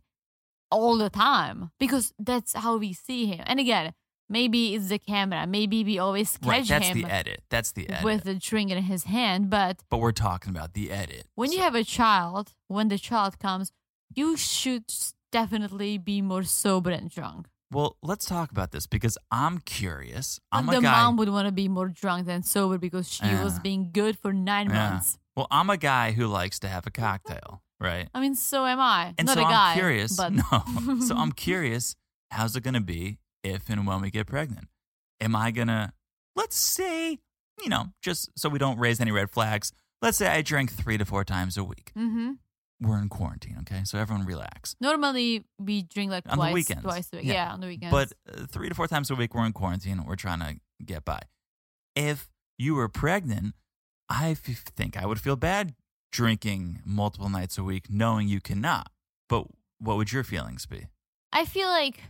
all the time because that's how we see him. And again, Maybe it's the camera. Maybe we always catch Right, that's him the edit. That's the edit. with the drink in his hand. But but we're talking about the edit. when you So- have a child, when the child comes, you should s- definitely be more sober and drunk. well, let's talk about this because I'm curious. I'm Like a the guy. mom would want to be more drunk than sober because she was Yeah. being good for nine Yeah. months. well, I'm a guy who likes to have a cocktail, right? I mean, so am I. And Not so a guy. I'm curious. but No. so I'm curious. How's it going to be if and when we get pregnant? Am I going to, let's say, you know, just so we don't raise any red flags, let's say I drink three to four times a week. hmm We're in quarantine, okay? So everyone relax. Normally, we drink like On the twice, weekends. twice a week. Yeah. Yeah, on the weekends. But uh, three to four times a week, we're in quarantine. We're trying to get by. If you were pregnant, I f- think I would feel bad drinking multiple nights a week, knowing you cannot. But what would your feelings be? I feel like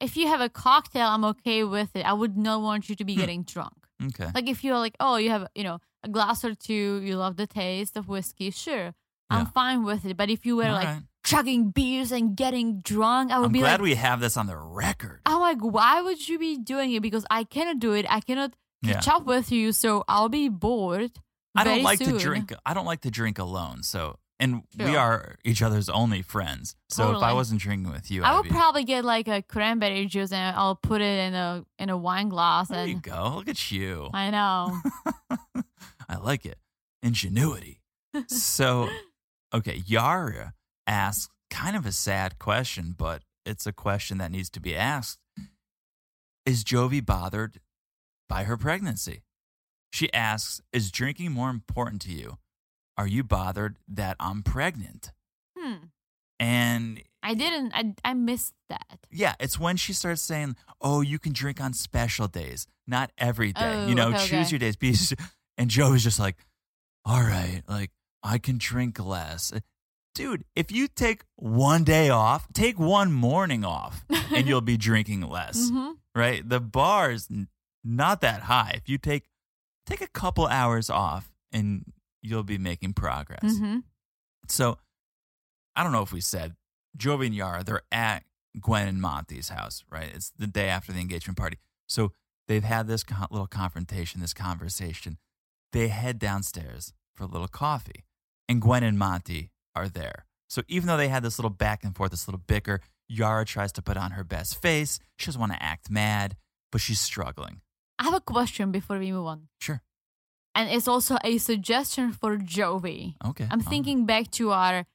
if you have a cocktail, I'm okay with it. I would not want you to be Hmm. getting drunk. Okay. Like if you're like, oh, you have you know a glass or two, you love the taste of whiskey, sure, I'm Yeah. fine with it. But if you were All like right. chugging beers and getting drunk, I would I'm be glad like, we have this on the record. I'm like, why would you be doing it? Because I cannot do it. I cannot yeah. catch up with you, so I'll be bored. I don't very like soon. to drink. I don't like to drink alone. So, and we Sure. are each other's only friends. So if I Totally. wasn't drinking with you, I I'd would be, probably get like a cranberry juice and I'll put it in a in a wine glass There you and go. Look at you. I know. I like it. Ingenuity. so, okay, Yara asks kind of a sad question, but it's a question that needs to be asked. Is Jovi bothered by her pregnancy? She asks, Is drinking more important to you? Are you bothered that I'm pregnant? hmm. And I didn't I I missed that. yeah, it's when she starts saying, "Oh, you can drink on special days, not every day. you Oh, know, okay, choose okay. your days." Be and Joe is just like, "All right, like I can drink less, Uh, dude. If you take one day off, take one morning off, and you'll be drinking less, hmm right? The bar is n- not that high. If you take take a couple hours off, and you'll be making progress." hmm So I don't know if we said Jovi and Yara, they're at Gwen and Monty's house, right? It's the day after the engagement party. So they've had this co- little confrontation, this conversation. They head downstairs for a little coffee, and Gwen and Monty are there. So even though they had this little back and forth, this little bicker, Yara tries to put on her best face. She doesn't want to act mad, but she's struggling. I have a question before we move on. Sure. And it's also a suggestion for Jovi. Okay. um, all I'm right. thinking back to our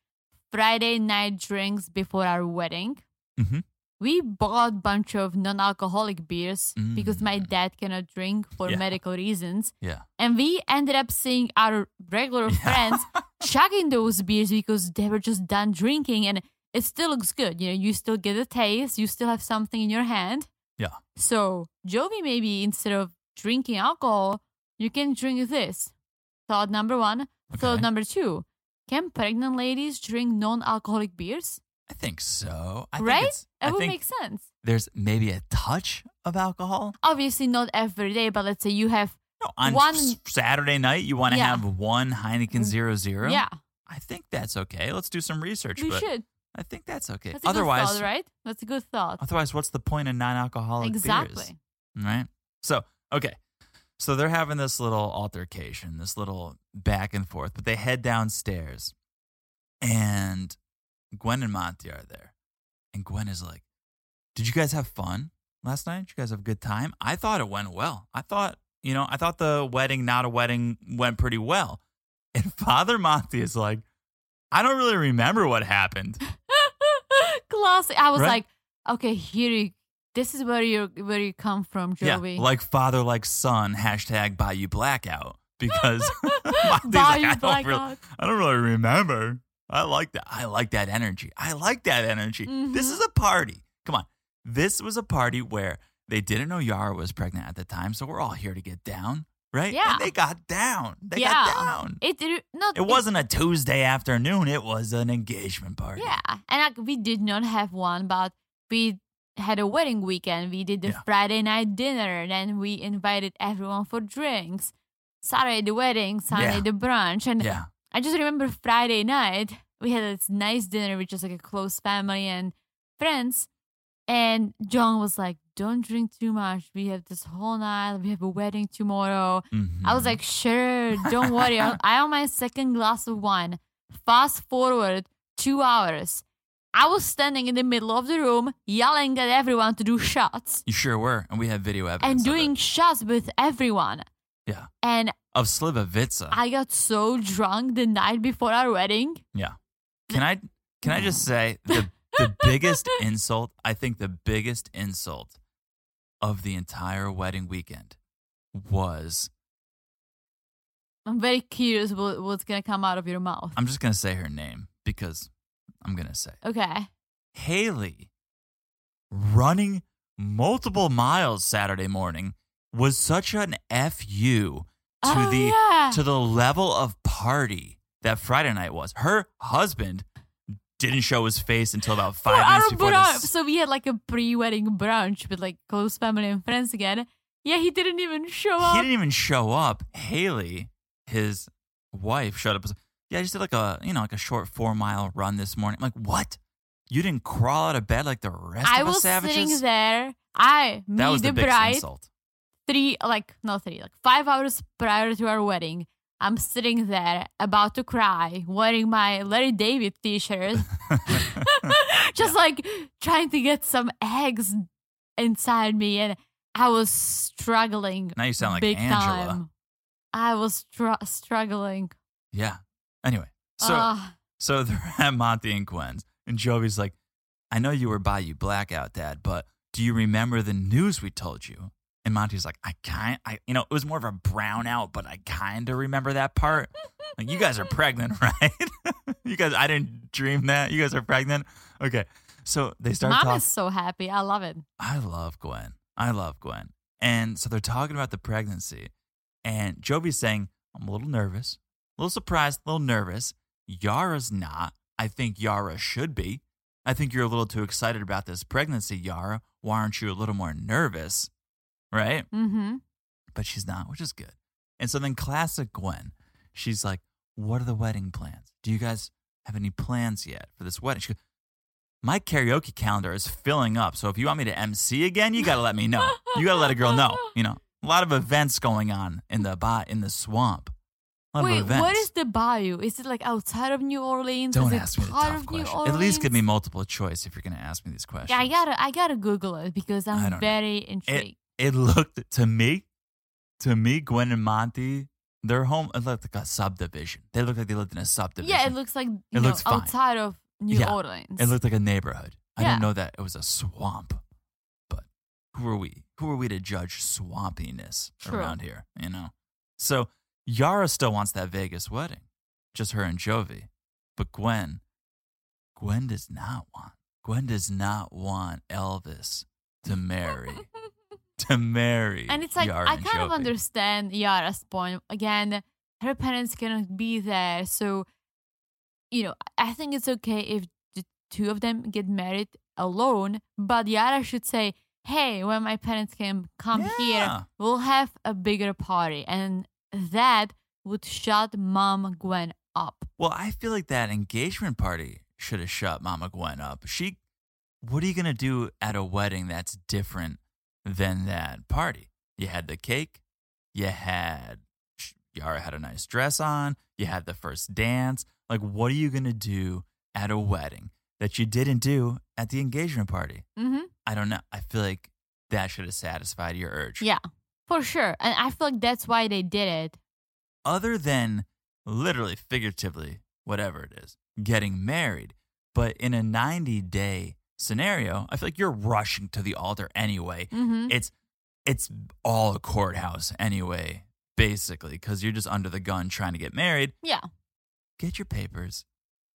Friday night drinks before our wedding. Mhm. We bought bunch of non-alcoholic beers because my Mm. dad cannot drink for Yeah. medical reasons. Yeah. And we ended up seeing our regular Yeah. friends chugging those beers because they were just done drinking and it still looks good. You know, you still get the taste, you still have something in your hand. Yeah. So, Jovi, maybe instead of drinking alcohol, you can drink this. Thought number one. Thought Okay. number two. Can pregnant ladies drink non alcoholic beers? I think so. I Right? Think it's, That I would think make sense. there's maybe a touch of alcohol. Obviously, not every day, but let's say you have, No, on One- s- Saturday night, you want to Yeah. Mm, have one Heineken Zero Zero. yeah, I think that's okay. Let's do some research. you but should. I think that's okay. That's a otherwise, good thought, right? That's a good thought. otherwise, what's the point of non-alcoholic Exactly. beers? Right. So okay, so they're having this little altercation, this little back and forth, but they head downstairs, and Gwen and Monty are there, and Gwen is like, "Did you guys have fun last night? Did you guys have a good time? I thought it went well. I thought, you know, I thought the wedding, not a wedding, went pretty well." And Father Monty is like, "I don't really remember what happened." Classic. I was Right? like, okay, here you. This is where you where you come from, Joey. Yeah, like father, like son. Hashtag Bayou Blackout because Monty's Bye, like, you I, don't really, blackout. I don't really remember. I like that. I like that energy. I like that energy. This Mhm. is a party. Come on, this was a party where they didn't know Yara was pregnant at the time, so we're all here to get down, right? Yeah. and they got down. They Yeah. got down. It did not. It wasn't a Tuesday afternoon. It was an engagement party. Yeah, and like we did not have one, but we had a wedding weekend. We did the Yeah. Friday night dinner, then we invited everyone for drinks. Saturday the wedding, Sunday Yeah. the brunch, and yeah. I just remember Friday night we had this nice dinner with just like a close family and friends, and John was like, don't drink too much. We have this whole night. We have a wedding tomorrow. I was Mhm. like, sure, don't worry. I I on my second glass of wine. Fast forward two hours. I was standing in the middle of the room yelling at everyone to do shots you sure were, and we have video evidence. and of it. doing shots with everyone. Yeah. And of Slivovica. I got so drunk the night before our wedding. Can I can I just say the the biggest insult, I think the biggest insult of the entire wedding weekend was I'm very curious what, what's going to come out of your mouth. I'm just going to say her name because I'm going to say it. Okay. Haley running multiple miles Saturday morning was such an FU to oh, the yeah. to the level of party that Friday night was. Her husband didn't show his face until about 5 For minutes our before brunch. this. So we had like a pre-wedding brunch with like close family and friends again. Yeah, he didn't even show he up. didn't even show up. Haley, his wife, showed up. and said, Yeah, I just did like a you know like a short four mile run this morning. I'm like, what? You didn't crawl out of bed like the rest I of us was savages. sitting there. I, me, that was the, the, biggest bride, insult. three like not three, like five hours prior to our wedding. I'm sitting there about to cry, wearing my Larry David t-shirt, just like trying to get some eggs inside me, and I was struggling now you sound like big Angela. time. I was str- struggling. Yeah. Anyway, so Ah, so they're at Monty and Gwen's, and Jovi's like, I know you were by you blackout, Dad, but do you remember the news we told you? And Monty's like, I kind, I you know, it was more of a brownout, but I kind of remember that part. Like, you guys are pregnant, right? you guys, I didn't dream that. You guys are pregnant. Okay, so they start mom talking. is so happy. I love it. I love Gwen. I love Gwen. And so they're talking about the pregnancy. And Joby's saying, I'm a little nervous, a little surprised, a little nervous. Yara's not. I think Yara should be. I think you're a little too excited about this pregnancy, Yara. Why aren't you a little more nervous? Right? Mm-hmm. But she's not, which is good. And so then classic Gwen, she's like, What are the wedding plans? Do you guys have any plans yet for this wedding? She goes, My karaoke calendar is filling up. So if you want me to MC again, you got to let me know. You got to let a girl know. You know, a lot of events going on in the bot in the swamp. A lot Wait, of events. what is the bayou? Is it like outside of New Orleans? Don't is it ask me the part tough of New question. Orleans? At least give me multiple choice if you're going to ask me these questions. Yeah, I gotta, I gotta Google it because I I'm don't know. very intrigued. it looked to me, to me, Gwen and Monty, their home it looked like a subdivision. They looked like they lived in a subdivision. yeah, it looks like you know, looks fine. outside of New Yeah, Orleans. It looked like a neighborhood. I Yeah. didn't know that it was a swamp. But who are we? Who are we to judge swampiness True. around here? You know? So Yara still wants that Vegas wedding, just her and Jovi. But Gwen, Gwen does not want. Gwen does not want Elvis to marry. to marry. and it's like Yara I and kind of Jovi. understand Yara's point. Again, her parents cannot be there, so you know I think it's okay if the two of them get married alone. But Yara should say, "Hey, when my parents can come here, Yeah. we'll have a bigger party," and that would shut Mom Gwen up. Well, I feel like that engagement party should have shut Mama Gwen up. She, what are you going to do at a wedding that's different than that party? You had the cake, you had, Yara had a nice dress on, you had the first dance. Like, what are you going to do at a wedding that you didn't do at the engagement party? Mm-hmm. I don't know. I feel like that should have satisfied your urge. Yeah, for sure. And I feel like that's why they did it. other than literally, figuratively, whatever it is, getting married. But in a 90 day scenario, I feel like you're rushing to the altar anyway. Mm-hmm. It's it's all a courthouse anyway, basically, because you're just under the gun trying to get married. Yeah. Get your papers,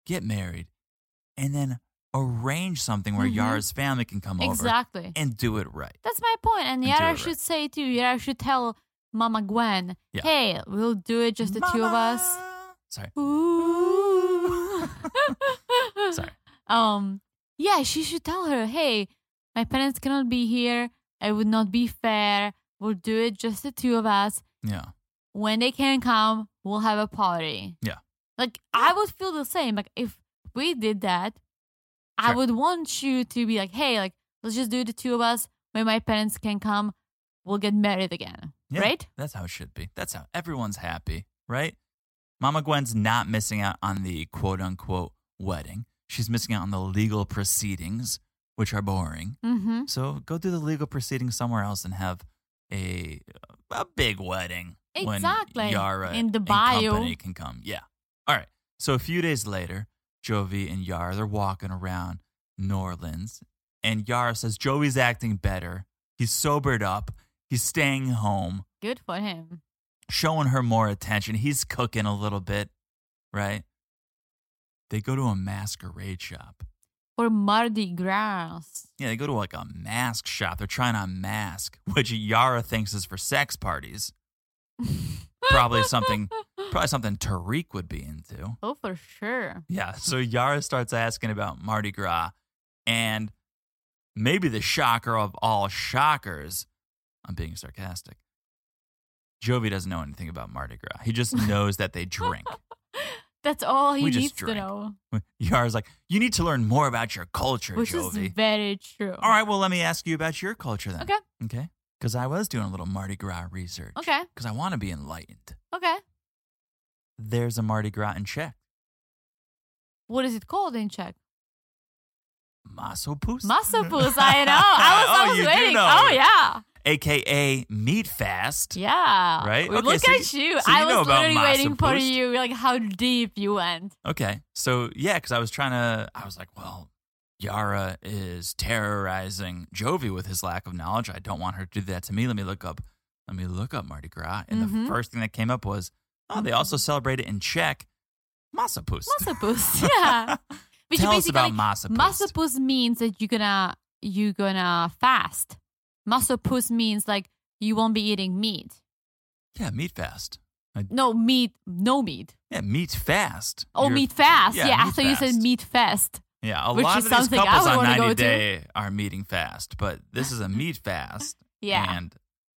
get married, and then arrange something where Mhm. Yara's family can come over Exactly. and do it right. That's my point. And do it Yara right. should say too, Yara should tell Mama Gwen, Yeah. hey, we'll do it just the two of us. Mama! Sorry. Ooh. Sorry. Um yeah, she should tell her, hey, my parents cannot be here. It would not be fair. We'll do it just the two of us. Yeah. When they can come, we'll have a party. Yeah. Like I would feel the same. Like if we did that, I Sure. would want you to be like, hey, like let's just do the two of us. when my parents can come, we'll get married again. Yeah, Right? That's how it should be. That's how everyone's happy, right? Mama Gwen's not missing out on the quote unquote wedding. She's missing out on the legal proceedings, which are boring. Mm-hmm. So go do the legal proceedings somewhere else and have a a big wedding. When Exactly. Yara In the and bayou. company can come. Yeah. All right. So a few days later, Jovi and Yara they're walking around New Orleans, and Yara says Jovi's acting better. He's sobered up. He's staying home, Good for him. showing her more attention. He's cooking a little bit, right? They go to a masquerade shop. For Mardi Gras. Yeah, they go to like a mask shop. They're trying on mask, which Yara thinks is for sex parties. Probably something- Probably something Tariq would be into. Oh, for sure. Yeah. So Yara starts asking about Mardi Gras, and maybe the shocker of all shockers. I'm being sarcastic. Jovi doesn't know anything about Mardi Gras. He just knows that they drink. That's all he We just needs to drank, know, Yara's like, you need to learn more about your culture, which Jovi. is very true. all right, well, let me ask you about your culture then. Okay. Okay. Because I was doing a little Mardi Gras research. Okay. Because I want to be enlightened. Okay. There's a Mardi Gras in Czech. What is it called in Czech? Masopust. Masopust. I know. I was, I oh, was you do waiting. know Oh it. yeah. AKA meat fast. Yeah. Right? Well, Okay, Look so at you. so I you know was about literally waiting for Masopust. you. Like how deep you went. Okay. So, yeah, because I was trying to, I was like, well, Yara is terrorizing Jovi with his lack of knowledge. I don't want her to do that to me. Let me look up, let me look up Mardi Gras. And the Mhm. first thing that came up was, oh, they Mm-hmm. also celebrate it in Czech. Masopust. Masopust. Yeah. Which Tell us basically about Masopust. Masopust means that you're gonna you gonna fast. Masopust means like you won't be eating meat. Yeah, meat fast. No meat, no meat. Yeah, meat fast. Oh, You're- meat fast. yeah, Yeah, meat I thought you fast. said meat fest. Yeah, a Which lot is of these something I couples would on wanna 90 go to. Day are meeting fast, but this is a meat fast. Yeah, And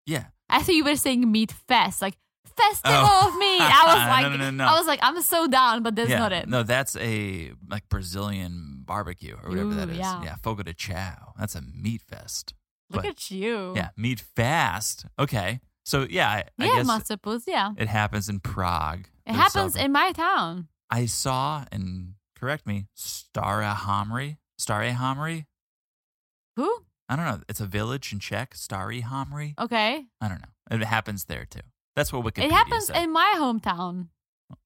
yeah, I thought you were saying meat fest, like festival Oh. of meat. I was No, like, no, no, no. I was like, I'm so down, but that's yeah, not it. No, that's a like Brazilian barbecue or whatever that Ooh, is. yeah. fogo de chao. That's a meat fest. Look but- at you. Yeah, meat fast. Okay. So yeah, I, I yeah, guess Masopust. Yeah, it happens in Prague. it There's happens some- in my town. I saw and correct me, Stara Hamri. Stare Hamri? Who? I don't know. It's a village in Czech, Stary Hamri. Okay, I don't know. It happens there too. That's what Wikipedia it happens said. in my hometown.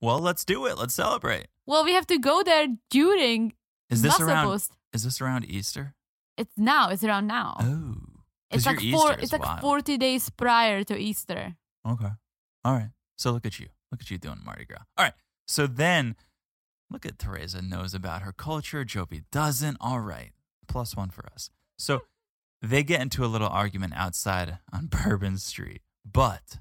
well, let's do it. Let's celebrate. Well, we have to go there during Is this around? Masopust. Is this around Easter? It's now. It's around now. Oh, 'Cause it's your like Easter four. is It's like wild. forty days prior to Easter. Okay. All right. So look at you. Look at you doing Mardi Gras. All right. So then look at Teresa knows about her culture. Jovi doesn't. All right. Plus one for us. So they get into a little argument outside on Bourbon Street. But,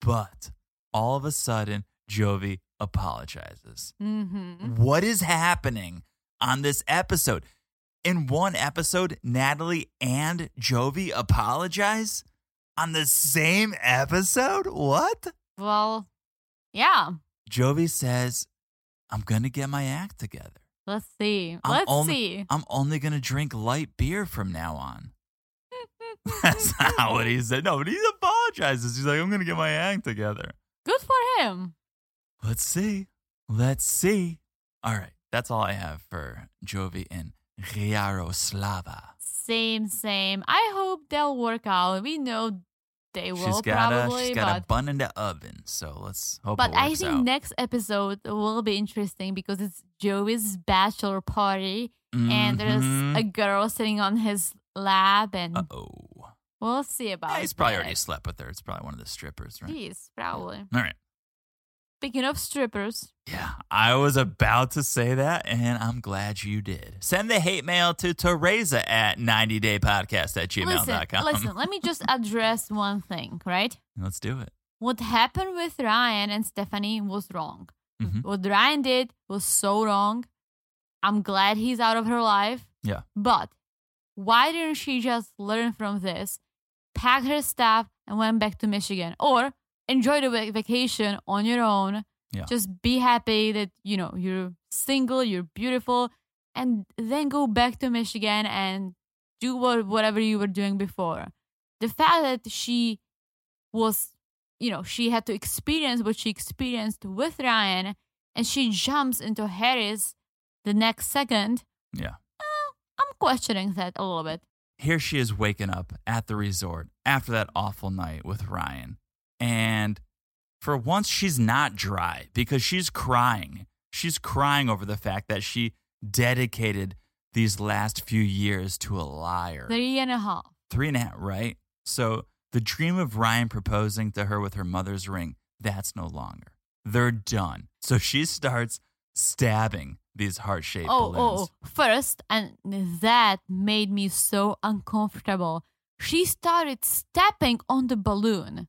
but all of a sudden, Jovi apologizes. Mm-hmm. What is happening on this episode? In one episode, Natalie and Jovi apologize on the same episode? What? Well, yeah. Jovi says, I'm going to get my act together. Let's see. I'm Let's only- see. I'm only going to drink light beer from now on. That's not what he said. No, but he apologizes. He's like, I'm going to get my act together. Good for him. Let's see. Let's see. All right. That's all I have for Jovi and Yaroslava. Same, same. I hope they'll work out. We know they will she's got probably, a she's got a but bun in the oven. So let's hope. but it I works think out. next episode will be interesting because it's Joey's bachelor party Mm-hmm. and there's a girl sitting on his lap, and uh oh. we'll see about. he's probably already that. slept with her. It's probably one of the strippers, right? Jeez, probably. All right. Speaking of strippers, Yeah, I was about to say that, and I'm glad you did. Send the hate mail to Teresa at 90daypodcast at gmail.com. listen, listen. Let me just address one thing, right? Let's do it. what happened with Ryan and Stephanie was wrong. Mhm. What Ryan did was so wrong. I'm glad he's out of her life. Yeah. But why didn't she just learn from this, packed her stuff, and went back to Michigan? Or enjoy the vac- vacation on your own. Yeah. Just be happy that, you know, you're single, you're beautiful, and then go back to Michigan and do what, whatever you were doing before. The fact that she was, you know, she had to experience what she experienced with Ryan and she jumps into Harris the next second. Yeah. eh, I'm questioning that a little bit. Here she is waking up at the resort after that awful night with Ryan. And for once, she's not dry because she's crying. She's crying over the fact that she dedicated these last few years to a liar. Three and a half. Three and a half, right? So the dream of Ryan proposing to her with her mother's ring, that's no longer. They're done. So she starts stabbing these heart shaped Oh, balloons. oh, oh, first, and that made me so uncomfortable. She started stepping on the balloon.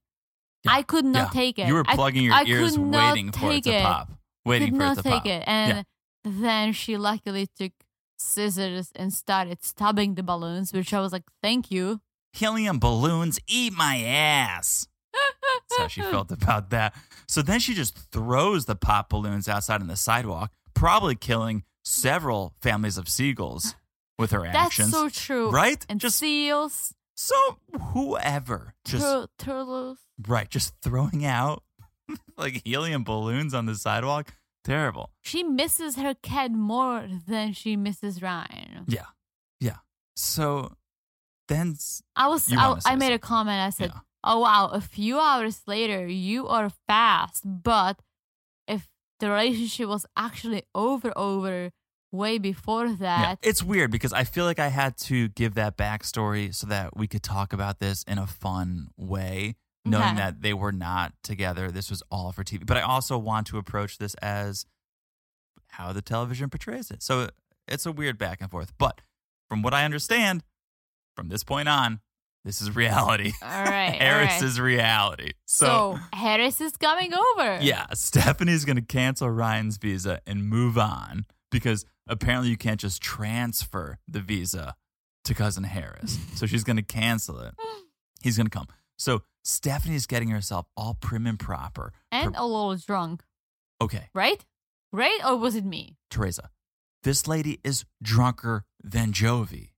Yeah. I could not take it. You were I- plugging your I ears could not waiting for it take to pop. Waiting could for not it to take pop. it. And then she luckily took scissors and started stabbing the balloons, which I was like, thank you. Helium balloons eat my ass. That's how she felt about that. So then she just throws the pop balloons outside on the sidewalk, probably killing several families of seagulls with her That's actions. so true. right? And just seals, so whoever just tur- turtles. right, just throwing out like helium balloons on the sidewalk. Terrible. She misses her cat more than she misses Ryan. Yeah. Yeah. So then s- I was You I, wanna say I made a something. comment. I said, Yeah. "Oh wow, a few hours later, you are fast, but if the relationship was actually over over way before Yeah. that, It's weird because I feel like I had to give that backstory so that we could talk about this in a fun way, knowing Okay. that they were not together. This was all for TV. But I also want to approach this as how the television portrays it. So it's a weird back and forth. But from what I understand, from this point on, this is reality. all right, all Eris right. is reality. so Harris is coming over. Yeah, Stephanie's going to cancel Ryan's visa and move on because apparently you can't just transfer the visa to cousin Harris. so she's going to cancel it. He's going to come. So Stephanie's getting herself all prim and proper. and Pro- a little drunk, okay, right? Right? Or was it me? Teresa, this lady is drunker than Jovi.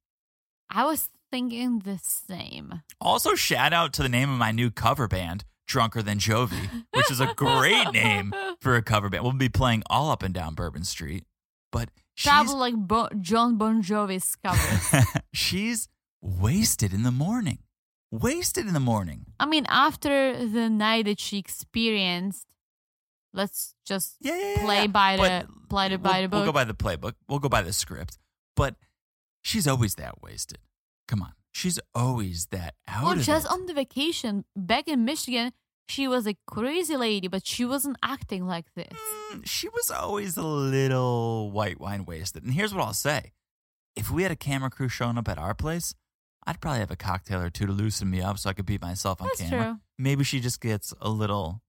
I was thinking the same. Also, shout out to the name of my new cover band, Drunker Than Jovi, which is a great name for a cover band. We'll be playing all up and down Bourbon Street, but she's Probably like Bo- John Bon Jovi's cover. she's wasted in the morning. Wasted in the morning. I mean, after the night that she experienced, let's just Yeah, yeah, yeah, Play yeah. by But the- play the- by we'll- the We'll go book. by the playbook. We'll go by the script. But she's always that wasted. Come on, she's always that out Well, of just it. on the vacation back in Michigan, she was a crazy lady, but she wasn't acting like this. Mm, she was always a little white wine wasted. And here's what I'll say: if we had a camera crew showing up at our place, I'd probably have a cocktail or two to loosen me up so I could beat myself on That's camera. true. Maybe she just gets a little,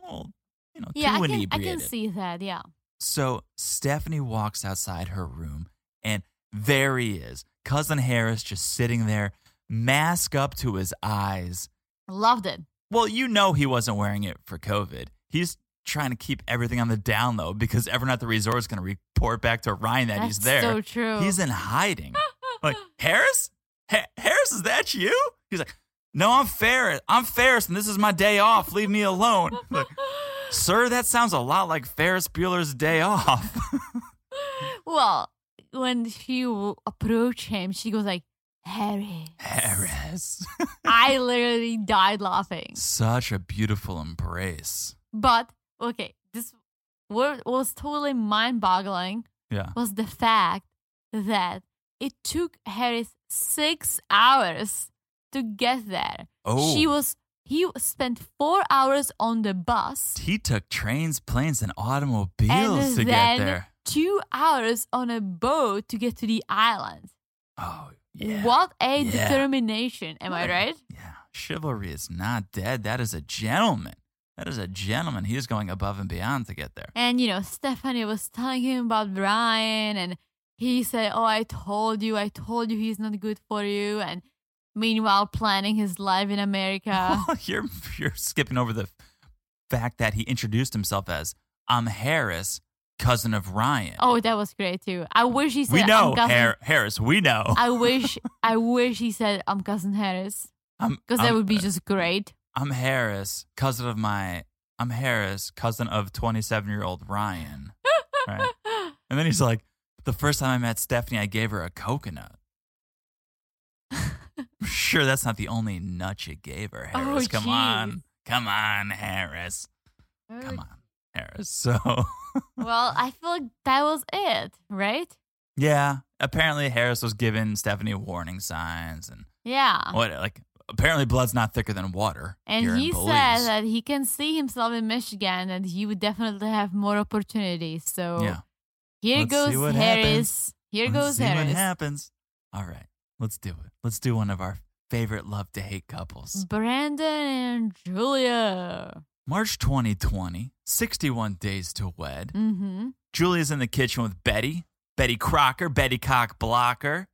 well, you know, Yeah, too I can, I inebriated. can see that. Yeah. So Stephanie walks outside her room, and there he is, cousin Harris, just sitting there, mask up to his eyes. Loved it. Well, you know he wasn't wearing it for COVID. He's trying to keep everything on the down low because everyone at the resort is going to report back to Ryan that That's he's there. so true. He's in hiding. like Harris, ha- Harris, is that you? He's like, no, I'm Ferris. I'm Ferris, and this is my day off. Leave me alone. Like, Sir, that sounds a lot like Ferris Bueller's day off. well, when she w- approached him, she goes like, Harry. Harris. I literally died laughing. Such a beautiful embrace. But okay, this what was totally mind-boggling Yeah. was the fact that it took Harris six hours to get there. Oh, She was he spent four hours on the bus he took trains, planes, and automobiles and to then get there. two hours on a boat to get to the island. Oh, yeah. What a Yeah. determination, am I right? Yeah. Chivalry is not dead. That is a gentleman. That is a gentleman. He is going above and beyond to get there. And you know, Stephanie was telling him about Brian, and he said, "Oh, I told you, I told you, he's not good for you." And meanwhile, planning his life in America. Oh, you're you're skipping over the fact that he introduced himself as I'm Harris. cousin of Ryan. Oh, that was great too. I wish he said we know I'm cousin. Har- Harris. We know. I wish I wish he said I'm cousin Harris I'm because I'm- that would be just great. I'm Harris, cousin of my. I'm Harris, cousin of 27 year old Ryan. Right. And then he's like, the first time I met Stephanie, I gave her a coconut. I'm sure that's not the only nut you gave her, Oh, Harris. Come geez. on. Come on, Harris. Come on, Harris. So, Well, I feel like that was it, right? yeah, apparently Harris was giving Stephanie warning signs and Yeah. what, like, apparently blood's not thicker than water. here Ah. And in he Belize. said that he can see himself in Michigan and he would definitely have more opportunities. So yeah. here Let's see goes what Harris. happens. Here Let's goes see What Harris. happens? All right, let's do it. Let's do one of our favorite love to hate Mm. couples. Brandon and Julia. March 2020, 61 days to wed. Mm-hmm. Julia's in the kitchen with Betty, Betty Crocker, Betty Cock Blocker,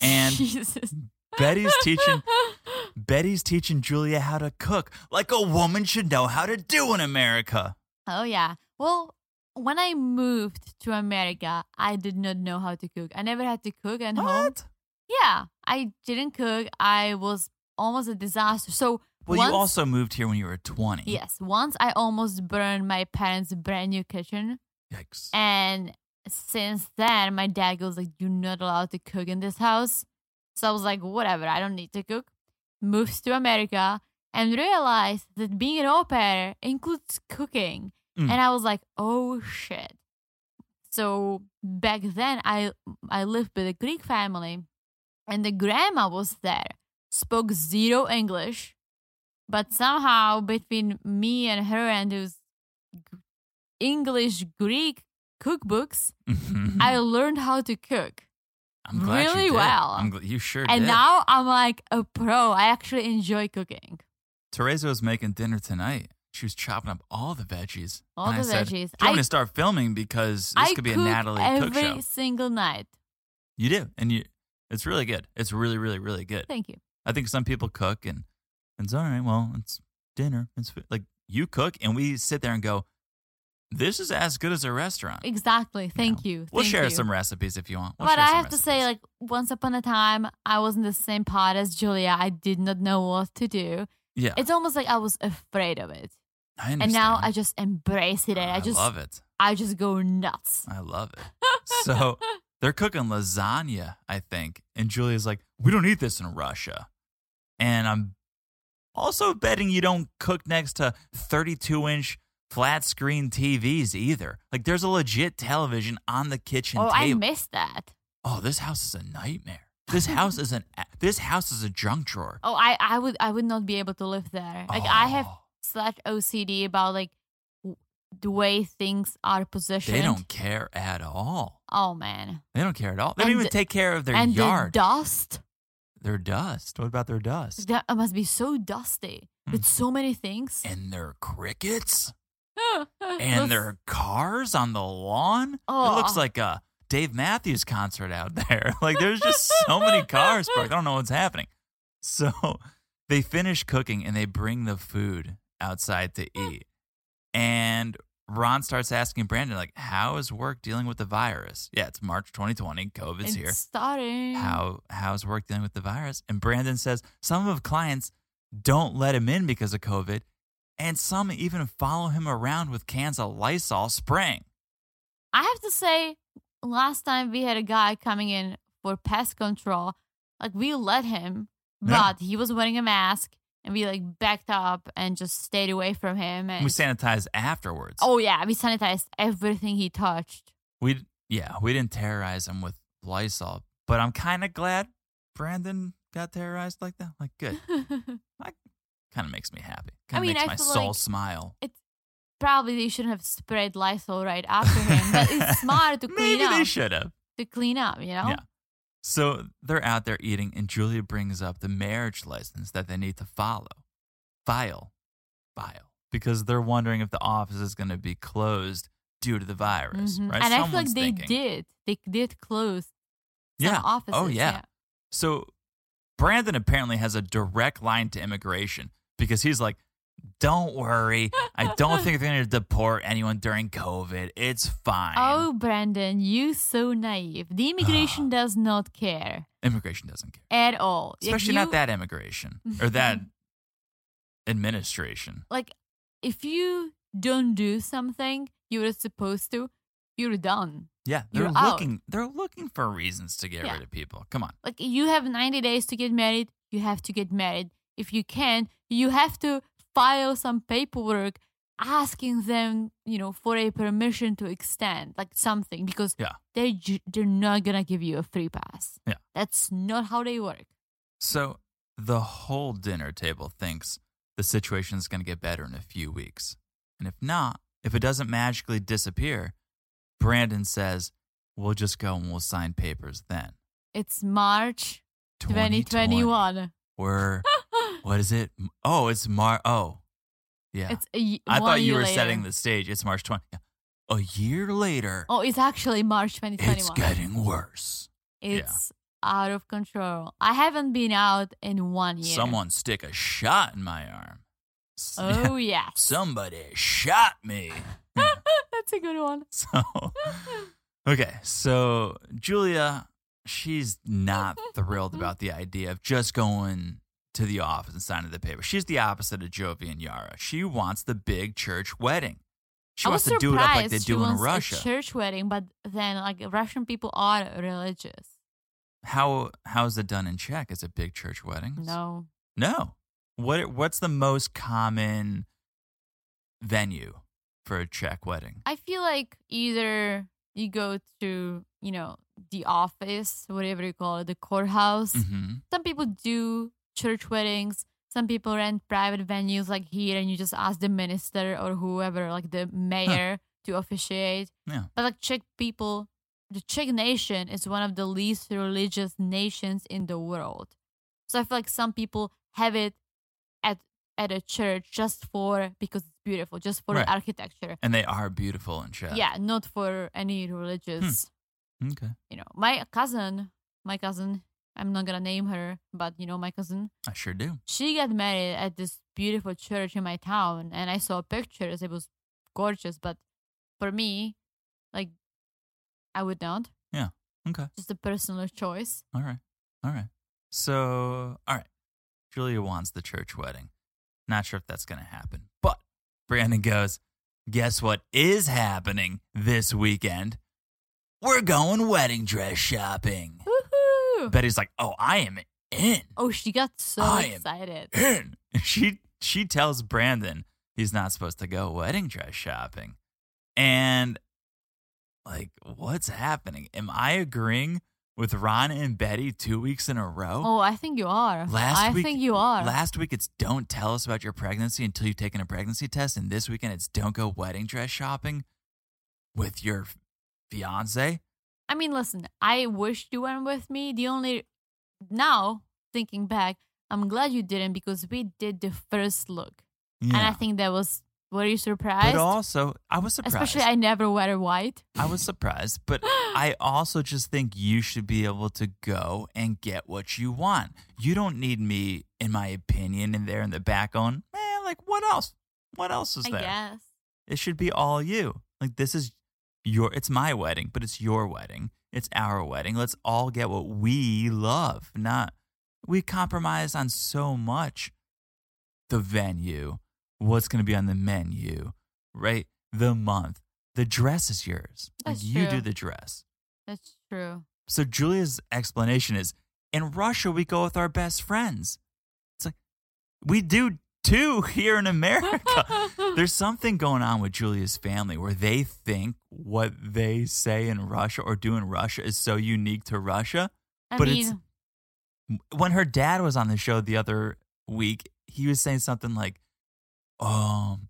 and Jesus. Betty's teaching Betty's teaching Julia how to cook like a woman should know how to do in America. Oh yeah. Well, when I moved to America, I did not know how to cook. I never had to cook at home. What? Yeah, I didn't cook. I was almost a disaster. So Well, once, you also moved here when you were 20. yes, once I almost burned my parents' brand new kitchen, Yikes. and since then my dad goes like, "You're not allowed to cook in this house." So I was like, "Whatever, I don't need to cook." Moved to America and realized that being an au pair includes cooking, Mm. and I was like, "Oh shit." So back then, I I lived with a Greek family, and the grandma was there, spoke zero English, but somehow between me and her and those G- English Greek cookbooks, Mhm. I learned how to cook. I'm glad you really did. well. I'm gl- you sure And did. now I'm like a pro. I actually enjoy cooking Teresa was making dinner tonight. She was chopping up all the veggies. all and the I said, veggies. I'm going I, to start filming because this I could be a cook Natalie every cook show. single night. You do, and you. It's really good. It's really, really, really good. Thank you. I think some people cook and, and it's all right. Well, it's dinner. It's food. like you cook, and we sit there and go, "This is as good as a restaurant." Exactly. Thank you. Oh, We'll Thank share you. some recipes if you want. We'll but share I some have to say, recipes. like, once upon a time, I was in the same pod as Julia. I did not know what to do. yeah, It's almost like I was afraid of it, I understand. and now I just embrace it. And I just, love it. I just go nuts. I love it. so they're cooking lasagna, I think. And Julia's like, we don't eat this in Russia. And I'm also betting you don't cook next to 32 inch flat screen TVs either. Like there's a legit television on the kitchen Oh, I table. missed that. oh, this house is a nightmare. This house is an this house is a junk drawer. Oh, I, I would, I would not be able to live there. Like, I have Oh, such OCD about like w- the way things are positioned. they don't care at all. Oh man, They don't care at all. They And don't even the- take care of their and yard. the dust. their dust. What about their dust? That must be so dusty with Mm. so many things. and their crickets Those- and their cars on the lawn. Oh. It looks like a Dave Matthews concert out there. Like there's just so many cars parked. I don't know what's happening. So they finish cooking and they bring the food outside to eat. And Ron starts asking Brandon, like, how is work dealing with the virus? Yeah, it's March 2020. COVID's it's here starting. how how's work dealing with the virus and brandon says some of clients don't let him in because of covid and some even follow him around with cans of lysol spraying I have to say, last time we had a guy coming in for pest control, like we let him, Yeah. but he was wearing a mask, and we like backed up and just stayed away from him. And we sanitized afterwards oh yeah, we sanitized everything he touched. we yeah we didn't terrorize him with lysol but i'm kind of glad brandon got terrorized like that like good kind of makes me happy kind of mean, makes I my feel soul like- smile Probably they shouldn't have sprayed Lysol right after him, but it's smart to clean maybe up. they should have to clean up, you know? Yeah. So they're out there eating, and Julia brings up the marriage license that they need to follow, file, file, because they're wondering if the office is going to be closed due to the virus, Mhm. right? And I feel Someone's like they thinking. did. They did close some Yeah. offices. Oh, yeah. So Brandon apparently has a direct line to immigration because he's like, Don't worry. I don't think they're going to deport anyone during COVID. It's fine. Oh, Brandon, you so naive. The immigration does not care Immigration doesn't care. at all. If Especially you- not that immigration or that administration. Like, if you don't do something you were supposed to, you're done. Yeah, they're You're out. looking they're looking for reasons to get Yeah. rid of people. Come on. Like, you have 90 days to get married, you have to get married. If you can, you have to file some paperwork asking them, you know, for a permission to extend, like something, because Yeah. they ju- they're not gonna give you a free pass. Yeah. that's not how they work. So the whole dinner table thinks the situation's going to get better in a few weeks. And if not, if it doesn't magically disappear, Brandon says, "We'll just go and we'll sign papers then." It's March 2020. 2021. We're what is it? Oh, it's Mar Oh. Yeah. It's a y- I one thought you year were later. setting the stage. It's March 20. Yeah. A year later, Oh, it's actually March 2021. it's getting worse. yeah. It's out of control. I haven't been out in one year. Someone stick a shot in my arm. S- Oh yes. Somebody shot me. That's a good one. So, okay. So, Julia, she's not thrilled about the idea of just going to the office and signing the paper. She's the opposite of Jovi and Yara. She wants the big church wedding. She I wants was to do it up like surprised they she do in wants a Russia. church wedding, but then like Russian people are religious. How how is it done in Czech? Is it big church weddings? No, No. What what's the most common venue for a Czech wedding? I feel like either you go to you know the office, whatever you call it, the courthouse. hmm Some people do church weddings. Some people rent private venues like here, and you just ask the minister or whoever, like the mayor, to officiate. Yeah. But like Czech people, the Czech nation is one of the least religious nations in the world. So I feel like some people have it at at a church just for because it's beautiful, just for Right. architecture. And they are beautiful in Czech. Yeah, not for any religious Hmm. Okay. you know, my cousin, my cousin, I'm not gonna name her, but you know, my cousin, I sure do. she got married at this beautiful church in my town, and I saw pictures. It was gorgeous, but for me, like, I would not. Okay. Just a personal choice. All right. All right. So, all right. Julia wants the church wedding. Not sure if that's going to happen. But Brandon goes, "Guess what is happening this weekend? We're going wedding dress shopping." Woohoo! Betty's like, "Oh, I am in." oh, she got so I am- excited. in. She she tells Brandon he's not supposed to go wedding dress shopping. And like, what's happening? Am I agreeing with Ron and Betty two weeks in a row? Oh, I think you are. Last I week- think you are. Last week it's don't tell us about your pregnancy until you've taken a pregnancy test, and this weekend it's don't go wedding dress shopping with your fiance. I mean, listen, I wish you went with me. The only now thinking back, I'm glad you didn't because we did the first look, and I think that was were you surprised? but also I was surprised. Especially, I never wear white. I was surprised, but I also just think you should be able to go and get what you want. You don't need me, in my opinion, in there in the back on, eh, like what else? What else is I there? guess. It should be all you. Like this is your it's my wedding, but it's your wedding. It's our wedding. Let's all get what we love. Not we compromise on so much. The venue, what's going to be on the menu, right? The month, the dress is yours. Like, That's you do true. the dress. That's true. So Julia's explanation is in Russia we go with our best friends. It's like we do too here in America. There's something going on with Julia's family where they think what they say in Russia or do in Russia is so unique to Russia. I but it's- oh, mean, When her dad was on the show the other week, he was saying something like, um,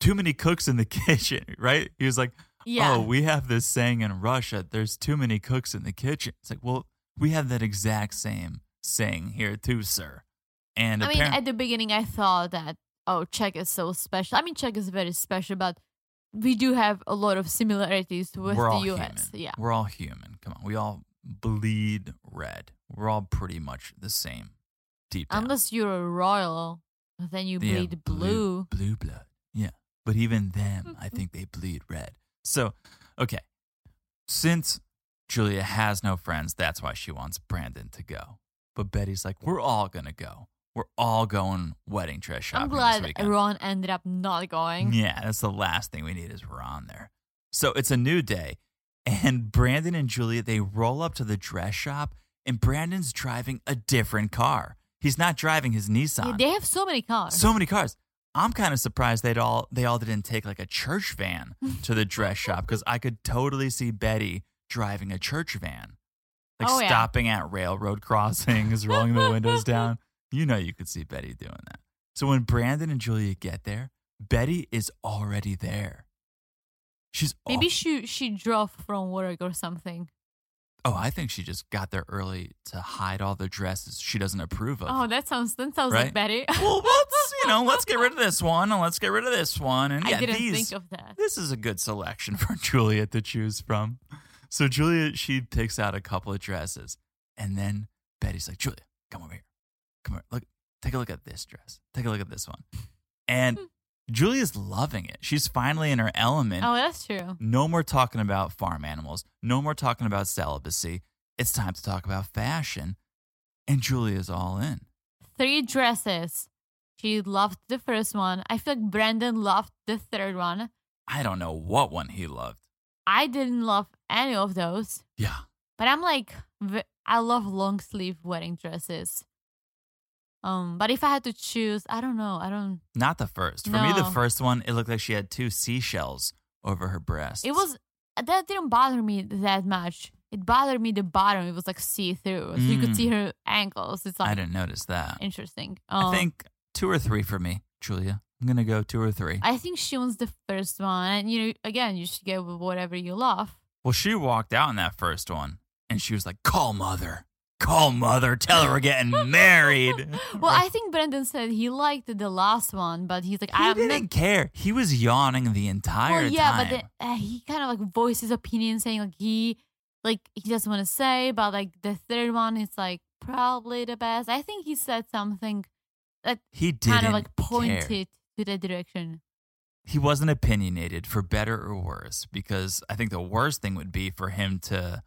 too many cooks in the kitchen, right? He was like, yeah. oh, we have this saying in Russia, there's too many cooks in the kitchen. It's like, well, we have that exact same saying here too, sir. And I mean, apparent- at the beginning, I thought that oh, Czech is so special. I mean, Czech is very special, but we do have a lot of similarities with we're the all U.S. Human. Yeah. We're all human. Come on. We all bleed red. We're all pretty much the same deep down. Unless you're a royal Then you They have bleed blue. Mm-hmm. blue blood. Yeah, but even them, I think they bleed red. So, okay, since Julia has no friends, that's why she wants Brandon to go. But Betty's like, we're all gonna go. We're all going wedding dress shopping I'm this glad weekend. Ron ended up not going. Yeah, that's the last thing we need is Ron there. So it's a new day, and Brandon and Julia they roll up to the dress shop, and Brandon's driving a different car. He's not driving his Nissan. Yeah, they have so many cars. so many cars. I'm kind of surprised they would all they all didn't take like a church van to the dress shop because I could totally see Betty driving a church van, like Oh, yeah. stopping at railroad crossings, rolling the windows down. You know, you could see Betty doing that. So when Brandon and Julia get there, Betty is already there. She's al- Maybe she she drove from work or something. oh, I think she just got there early to hide all the dresses she doesn't approve of. Oh, that sounds that sounds Right? like Betty. well, let's you know, let's get rid of this one and let's get rid of this one. And yeah, I didn't these, think of that. this is a good selection for Juliet to choose from. So Juliet, she picks out a couple of dresses, and then Betty's like, Julia, come over here, come here, look, take a look at this dress, take a look at this one, and Julia's loving it. She's finally in her element. Oh, that's true. No more talking about farm animals. No more talking about celibacy. It's time to talk about fashion, and Julia's all in. Three dresses. She loved the first one. I feel like Brandon loved the third one. I don't know what one he loved. I didn't love any of those. Yeah. But I'm like, v- I love long sleeve wedding dresses. Um, but if I had to choose, I don't know. I don't. Not the first. For me, the No. first one, it looked like she had two seashells over her breast. It was that didn't bother me that much. It bothered me the bottom. It was like see through, so you Mm. could see her ankles. It's I like didn't notice that. interesting. I Um, think two or three for me, Julia. I'm gonna go two or three. I think she owns the first one, and you know, again, you should get whatever you love. well, she walked out in that first one, and she was like, "Call mother, call mother, tell her we're getting married." Well, I think Brandon said he liked the last one, but he's like, he I'm didn't not. care. He was yawning the entire Well, yeah, time. but then, uh, he kind of like voiced his opinion, saying like he, like he doesn't want to say, but like the third one is like probably the best. I think he said something he didn't kind of like pointed care. to the direction. he wasn't opinionated for better or worse because I think the worst thing would be for him to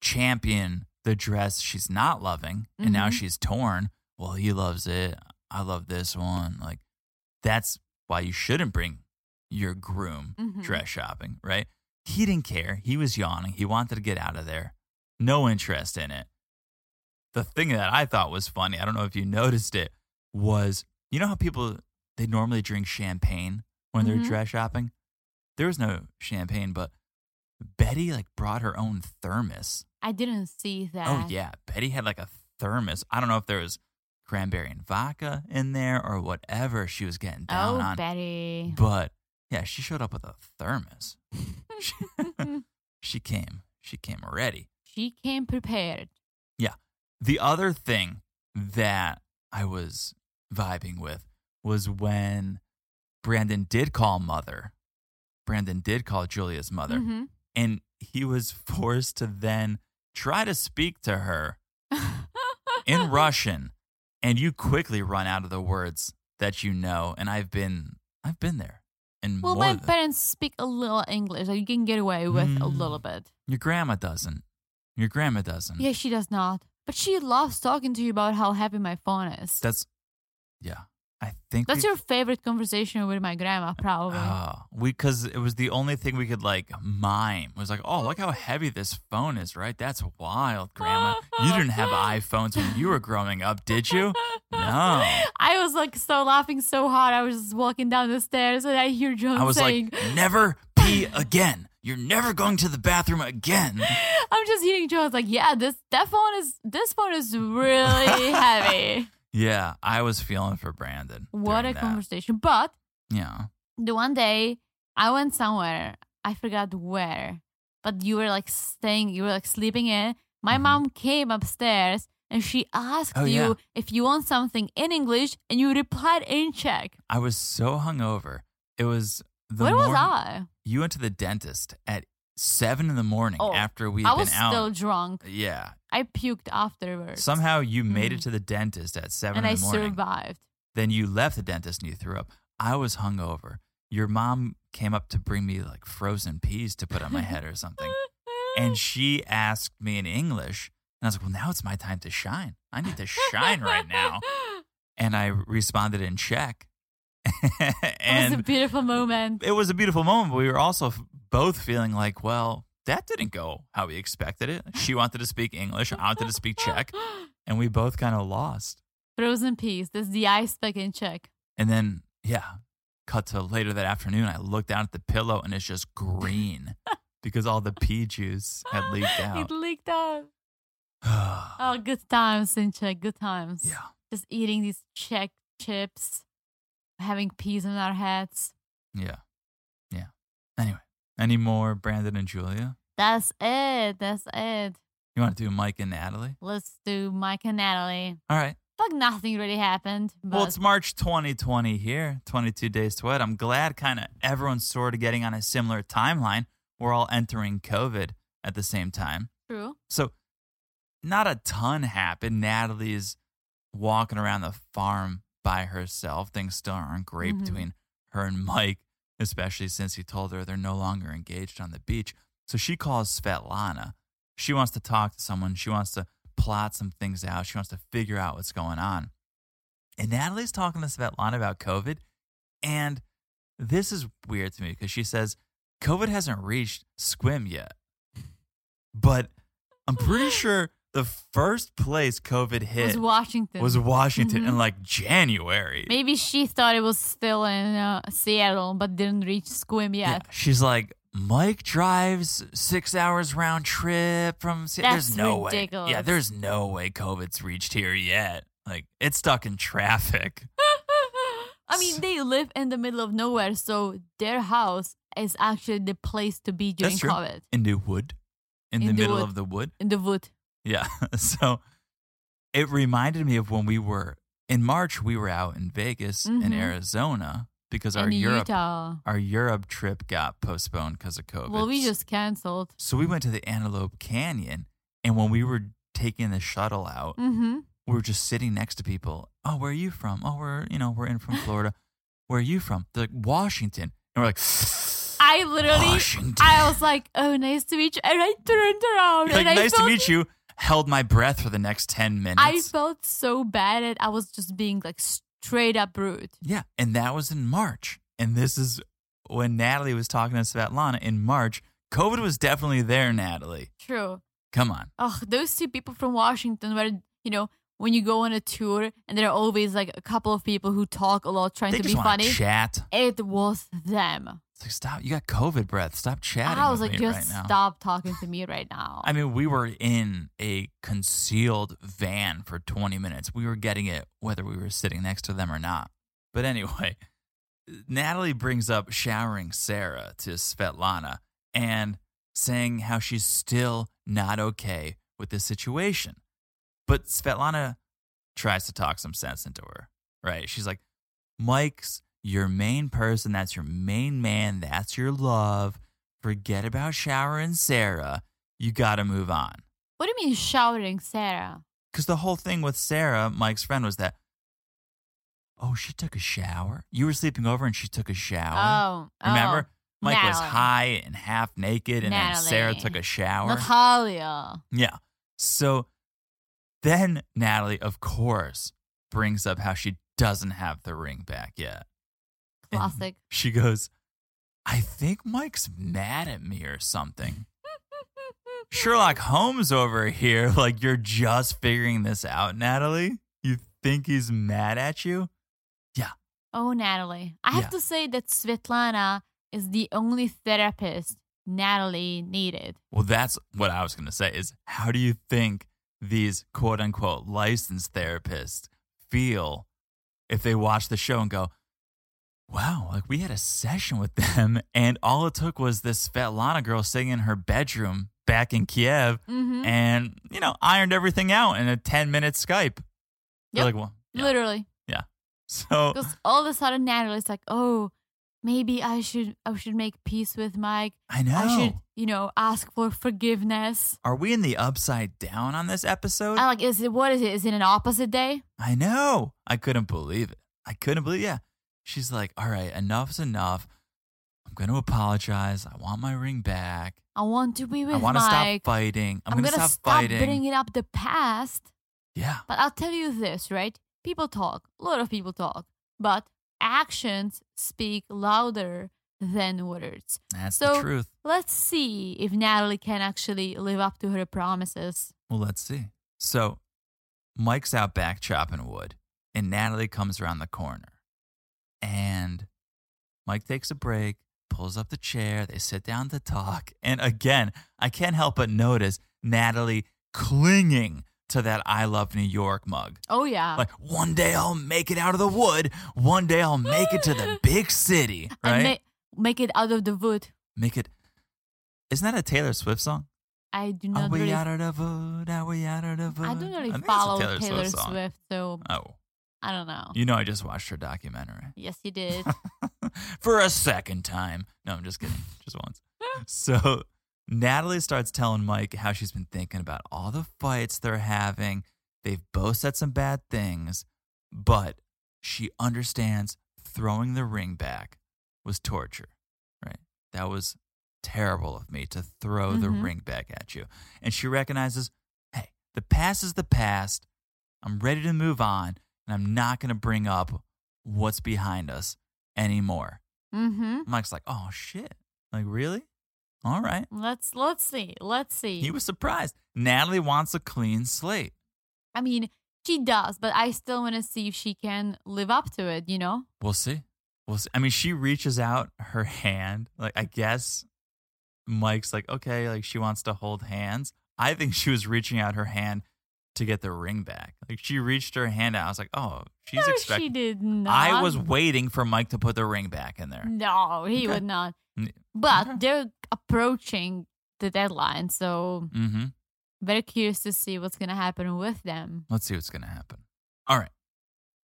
champion the dress she's not loving and now Mhm. she's torn. Well, he loves it. I love this one. Like that's why you shouldn't bring your groom Mhm. dress shopping, right? He didn't care. He was yawning. He wanted to get out of there. No interest in it. The thing that I thought was funny, I don't know if you noticed it, was you know how people they normally drink champagne when they're Mhm. dress shopping? There was no champagne, but Betty like brought her own thermos. I didn't see that. Oh yeah, Betty had like a thermos. I don't know if there was cranberry and vodka in there or whatever she was getting down Oh, on. Betty. But yeah, she showed up with a thermos. she, she came. She came ready. she came prepared. The other thing that I was vibing with was when Brandon did call mother. Brandon did call Julia's mother, Mhm. and he was forced to then try to speak to her in Russian, and you quickly run out of the words that you know. And I've been, I've been there, and Well, more my than- parents speak a little English, so you can get away with a Mm. little bit. Your grandma doesn't. Your grandma doesn't. Yeah, she does not. But she loves talking to you about how happy my phone is. That's yeah. I think That's we, your favorite conversation with my grandma, probably. Oh, we because it was the only thing we could like mime. It was like, oh, look how heavy this phone is, right? That's wild, grandma. you didn't have iPhones when you were growing up, did you? No. I was like so laughing so hard. I was just walking down the stairs and I hear John I was saying, like, never pee again. You're never going to the bathroom again. I'm just hearing John's like, yeah, this that phone is this phone is really heavy. Yeah, I was feeling for Brandon. What a during that. conversation. But Yeah. the one day I went somewhere, I forgot where, but you were like staying, you were like sleeping in. My Mhm. mom came upstairs and she asked Oh, you yeah. if you want something in English, and you replied in Czech. I was so hungover. It was the Where was morn- I? You went to the dentist at seven in the morning Oh, after we had I was been out. still drunk. Yeah. I puked afterwards. Somehow you made it to the dentist at seven Mm. and in I the morning. survived. Then you left the dentist and you threw up. I was hungover. Your mom came up to bring me like frozen peas to put on my head or something. And she asked me in English. And I was like, well, now it's my time to shine. I need to shine right now. And I responded in Czech. it was a and beautiful moment. it was a beautiful moment. But we were also f- both feeling like, well, that didn't go how we expected it. She wanted to speak English, I wanted to speak Czech. And we both kind of lost. Frozen peas. That's the ice pack in Czech. And then, yeah, cut to later that afternoon. I look down at the pillow and it's just green because all the pea juice had leaked It out. leaked out. yeah. Oh, good times in Czech. Good times. Just eating these Czech chips, having peas on our heads. Yeah. Yeah. Anyway, any more Brandon and Julia? That's it. That's it. You want to do Mike and Natalie? Let's do Mike and Natalie. All right. Like nothing really happened. But Well, it's March 2020 here, 22 days to it. I'm glad kind of everyone's sort of getting on a similar timeline. We're all entering COVID at the same time. true. So, not a ton happened. Natalie is walking around the farm by herself. Things still aren't great Mhm. between her and Mike, especially since he told her they're no longer engaged on the beach. So, she calls Svetlana. She wants to talk to someone. She wants to plot some things out. She wants to figure out what's going on. And Natalie's talking to Svetlana about COVID. And this is weird to me because she says, COVID hasn't reached Squim yet. But I'm pretty sure the first place COVID It hit was Washington. was Washington in Mhm. like January. Maybe she thought it was still in uh, Seattle, but didn't reach Squim Yeah. yet. She's like, Mike drives six hours round trip from. Se- there's That's no way. Yeah, ridiculous. there's no way COVID's reached here yet. Like, it's stuck in traffic. I mean, they live in the middle of nowhere, so their house is actually the place to be during That's true. COVID In the wood, in, In the, the middle wood. of the wood. in the wood. Yeah. So it reminded me of when we were in March, we were out in Vegas in Mhm. Arizona because our in Europe Utah. our Europe trip got postponed because of COVID. Well, we just canceled. so we went to the Antelope Canyon, and when we were taking the shuttle out, Mm-hmm. we were just sitting next to people. Oh, where are you from? Oh, we're you know we're in from Florida. Where are you from? They're like Washington, and we're like I literally, Washington. I was like, "Oh, nice to meet you," and I turned around like and I nice to felt, meet you. Held my breath for the next ten minutes. I felt so bad that I was just being like straight up rude. Yeah, and that was in March. And this is when Natalie was talking to Svetlana in March. COVID was definitely there, Natalie. True. Come on. Oh, those two people from Washington, where you know when you go on a tour and there are always like a couple of people who talk a lot, trying They to just be want funny. to chat. It was them. It's like, stop. You got COVID breath. Stop chatting. I was with like, me just right now. stop talking to me right now. I mean, we were in a concealed van for 20 minutes. We were getting it whether we were sitting next to them or not. But anyway, Natalie brings up showering Sarah to Svetlana and saying how she's still not okay with the situation. But Svetlana tries to talk some sense into her, right? She's like, Mike's your main person. That's your main man. That's your love. Forget about Shower and Sarah. You got to move on. what do you mean shouting, Sarah? Because the whole thing with Sarah, Mike's friend, was that, oh, she took a shower. You were sleeping over and she took a shower. Oh, Remember? Mike was Natalie. high and half naked, and then Sarah Natalie. took a shower. Oh, Natalia. Yeah. So then Natalie, of course, brings up how she doesn't have the ring back yet. And Classic. she goes, I think Mike's mad at me or something. Sherlock Holmes over here, like you're just figuring this out, Natalie. You think he's mad at you? Oh, Natalie. I have Yeah. to say that Svetlana is the only therapist Natalie needed. Well, that's what I was going to say is how do you think these quote unquote licensed therapists feel if they watch the show and go, wow, like we had a session with them and all it took was this Svetlana girl sitting in her bedroom back in Kiev Mm-hmm. and, you know, ironed everything out in a 10 minute Skype. They're Yep. like, well, yeah. Oh. Literally, so because all of a sudden Natalie's like, "Oh, maybe I should, I should make peace with Mike. I know. I should, you know, ask for forgiveness." Are we in the upside down Oh. on this episode? I like, is it what is it? Is it an opposite day? I know. I couldn't believe it. I couldn't believe. Yeah, she's like, all right, enough's enough. I'm going to apologize. I want my ring back. I want to be with I want to stop Mike. fighting. I'm, I'm going to gonna stop, stop fighting. bringing up the past. yeah, But I'll tell you this, right? People talk. A lot of people talk, but actions speak louder than words. that's the So- truth. Let's see if Natalie can actually live up to her promises. Well, let's see. So Mike's out back chopping wood, and Natalie comes around the corner. And Mike takes a break, pulls up the chair, they sit down to talk. And again, I can't help but notice Natalie clinging to that I Love New York mug. Oh yeah. Like, one day I'll make it out of the wood, one day I'll make it to the big city, right? And ma- make it out of the wood. make it. Isn't that a Taylor Swift song? I do Are not we really out of the wood? Are we out of the wood? I don't really think it's a follow Taylor, Swift, song. so Oh, I don't know. you know, I just watched her documentary Yes, you did. for a second time. No, I'm just kidding. just once. So Natalie starts telling Mike how she's been thinking about all the fights they're having. They've both said some bad things, but she understands throwing the ring back was torture, right? That was terrible of me to throw the Mhm. ring back at you. And she recognizes, hey, the past is the past. I'm ready to move on, and I'm not going to bring up what's behind us anymore. mm-hmm. Mike's like, oh shit. Like, really? All right. Let's let's see. Let's see. He was surprised. Natalie wants a clean slate. I mean, she does, but I still want to see if she can live up to it, you know? We'll see. We'll see. I mean, she reaches out her hand. Like, I guess Mike's like, okay, like she wants to hold hands. I think she was reaching out her hand to get the ring back. Like, she reached her hand out. I was like, oh, she's no, she expecting. did not. I was waiting for Mike to put the ring back in there. No, he Okay. would not. N- But okay. they're approaching the deadline, so Mm-hmm. very curious to see what's gonna happen with them. Let's see what's going to happen. All right.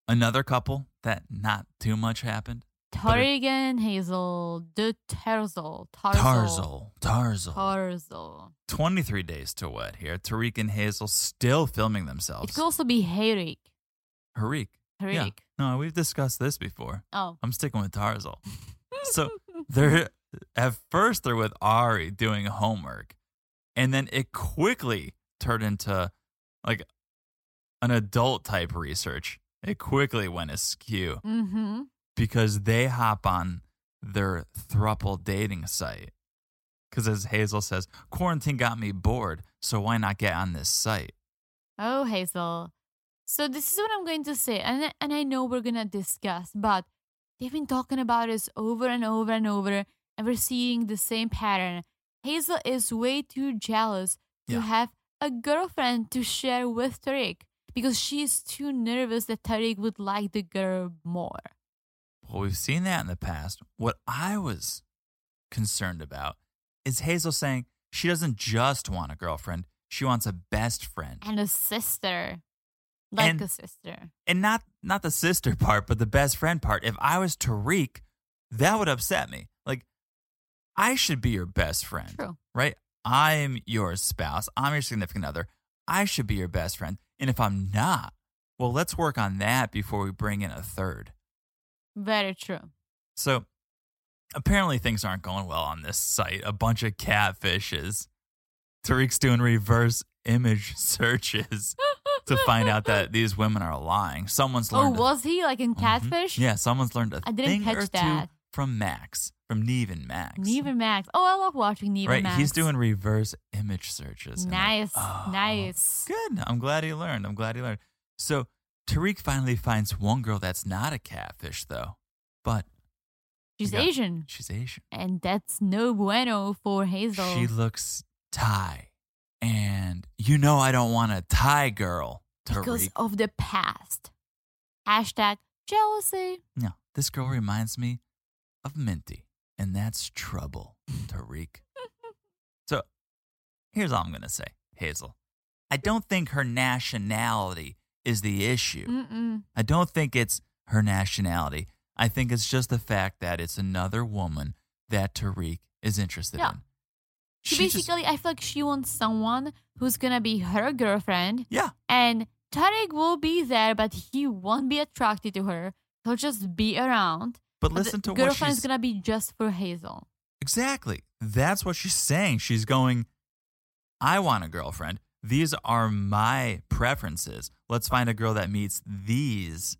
Another couple that not too much happened. Torigan Hazel, the Terzel, Tarzel, Tarzal. Tarzal. Tarzel. 23 days to wed here. Tariq and Hazel still filming themselves. It could also be Herik. Tariq. Herik. Yeah. No, we've discussed this before. Oh. I'm sticking with Tarzal. So they're at first they're with Ari doing homework, and then it quickly turned into like an adult type research. It quickly went askew Mm-hmm. because they hop on their thruple dating site. Because as Hazel says, quarantine got me bored, so why not get on this site? Oh, Hazel. So this is what I'm going to say, and and I know we're gonna discuss, but they've been talking about this over and over and over, and we're seeing the same pattern. Hazel is way too jealous to Yeah. have a girlfriend to share with Tariq because she's too nervous that Tariq would like the girl more. Well, we've seen that in the past. What I was concerned about is Hazel saying she doesn't just want a girlfriend, she wants a best friend. And a sister. Like And- a sister. And not not the sister part, but the best friend part. If I was Tariq, that would upset me. Like I should be your best friend. True. Right? I'm your spouse. I'm your significant other. I should be your best friend. And if I'm not, well, let's work on that before we bring in a third. Very true. So apparently things aren't going well on this site. A bunch of catfishes. Tariq's doing reverse image searches to find out that these women are lying. Someone's Oh, learned. was he like in Mhm. Catfish? Yeah, someone's learned a I didn't thing catch or that. two from Max, from Neve and Max. Neva Max. Oh, I love watching Neva right, Max. he's doing reverse image searches. and I'm Nice, like, "Oh, nice. Good. I'm glad he learned. I'm glad he learned. So Tariq finally finds one girl that's not a catfish though, but She's Yeah. Asian, she's Asian. and that's no bueno for Hazel. She looks Thai. And you know I don't want a Thai girl, because Tariq. of the past. Hashtag jealousy. No, this girl reminds me of Minty. And that's trouble, Tariq. so here's all I'm going to say, Hazel. I don't think her nationality is the issue. Mm-mm. I don't think it's her nationality. I think it's just the fact that it's another woman that Tariq is interested Yeah. in. She, She just- basically, I feel like she wants someone who's gonna be her girlfriend, yeah. and Tariq will be there, but he won't be attracted to her. He'll just be around. But the listen to what girlfriend she's is gonna be just for Hazel. Exactly. That's what she's saying. She's going, I want a girlfriend. These are my preferences. Let's find a girl that meets these.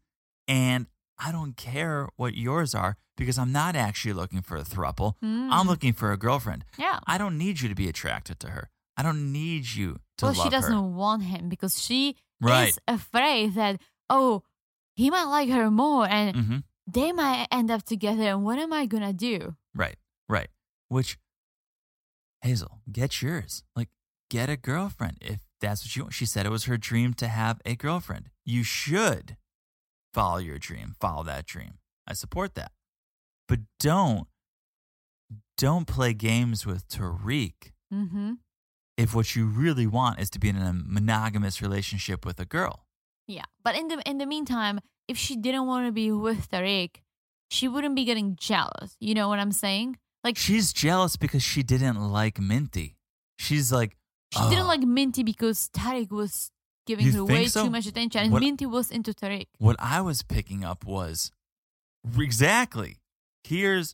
And I don't care what yours are because I'm not actually looking for a thruple. Hmm. I'm looking for a girlfriend. yeah. I don't need you to be attracted to her. I don't need you to well, love she doesn't her. want him because she Right. is afraid that oh, he might like her more, and hmm they might end up together. And what am I gonna do? Right. Right. Which, Hazel, get yours. Like, get a girlfriend if that's what you want. She said it was her dream to have a girlfriend. You should follow your dream, follow that dream. I support that. But don't, don't play games with Tariq Mm-hmm. if what you really want is to be in a monogamous relationship with a girl. Yeah, but in the in the meantime, if she didn't want to be with Tariq, she wouldn't be getting jealous. You know what I'm saying? Like she, She's jealous because she didn't like Minty. She's like, didn't "Oh, like Minty because Tariq was giving You her think way so? too much attention, and What- Minty was into Tariq. What I was picking up was exactly here's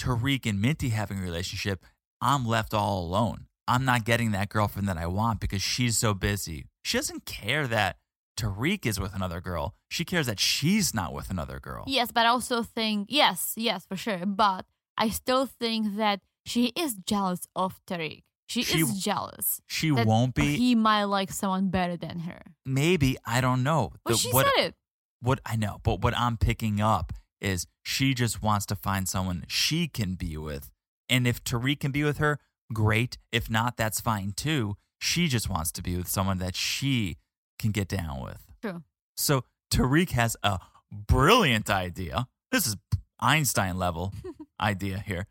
Tariq and Minty having a relationship. I'm left all alone. I'm not getting that girlfriend that I want because she's so busy. She doesn't care that Tariq is with another girl. She cares that she's not with another girl. Yes, but I also think yes, yes for sure. But I still think that she is jealous of Tariq. She, She- is jealous. She that won't be. He might like someone better than her. maybe I don't know. Well, The- she what, said it. what I know, but what I'm picking up is she just wants to find someone she can be with. And if Tariq can be with her, great. If not, that's fine too. She just wants to be with someone that she can get down with. True. So Tariq has a brilliant idea. This is Einstein level idea here.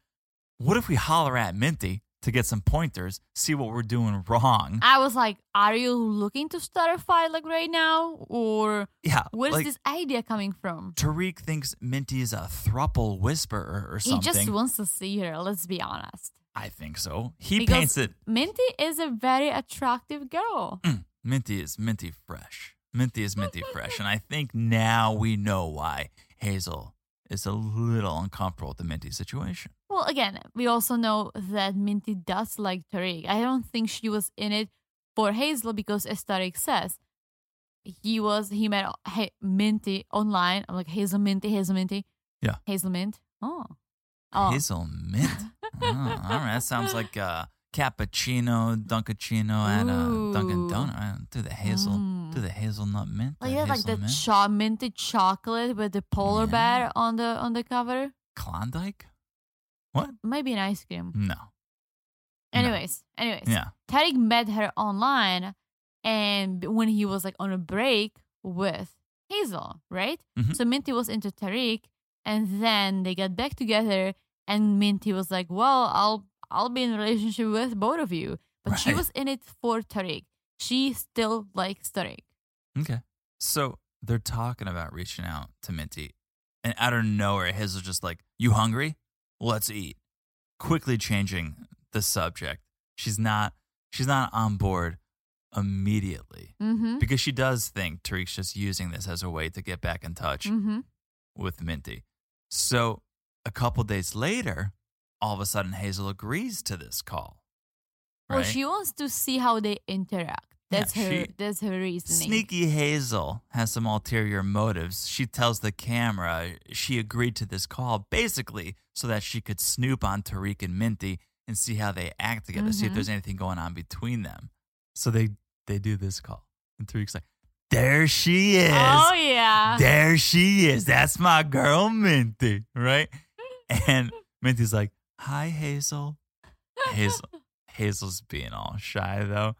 What if we holler at Minty to get some pointers, see what we're doing wrong? I was like, are you looking to start a fight like right now, or Yeah. where's like, this idea coming from? Tariq thinks Minty is a thruple whisperer or He something. just wants to see her. Let's be honest. I think so. He Because- paints it. Minty is a very attractive girl. Mm, minty is minty fresh. Minty is minty fresh. And I think now we know why Hazel is a little uncomfortable with the minty situation. Well, again, we also know that Minty does like Tariq. I don't think she was in it for Hazel because, as Tariq says, he was he met hey, Minty online. I'm like Hazel Minty, Hazel Minty. Yeah. Hazel Mint. Oh, oh, Hazel mint. oh, all right. That sounds like a cappuccino, Dunkachino, and a Dunkin' Ooh. Donut. I do the hazel, Mm. do the hazelnut mint. like, yeah, like hazel the mint. cho- minty chocolate with the polar Yeah. bear on the on the cover. Klondike? What? Maybe an ice cream. No. No. Anyways, anyways. Yeah. Tariq met her online and when he was like on a break with Hazel, right? Mhm. So Minty was into Tariq and then they got back together and Minty was like, Well, I'll I'll be in a relationship with both of you. But she Right. was in it for Tariq. She still likes Tariq. Okay. So they're talking about reaching out to Minty, and out of nowhere, his is just like, "You hungry? Let's eat." Quickly changing the subject. She's not. She's not on board immediately Mm-hmm. because she does think Tariq's just using this as a way to get back in touch Mm-hmm. with Minty. So a couple days later, all of a sudden, Hazel agrees to this call. Well, right? she wants to see how they interact. Yeah, That's her she- that's her reasoning. Sneaky Hazel has some ulterior motives. She tells the camera she agreed to this call basically so that she could snoop on Tariq and Minty and see how they act together, see if Mhm. there's anything going on between them. So they they do this call, and Tariq's like, "There she is." Oh yeah. There she is. That's my girl, Minty, right? And Minty's like, Hi, Hazel. Hazel. Hazel's being all shy, though.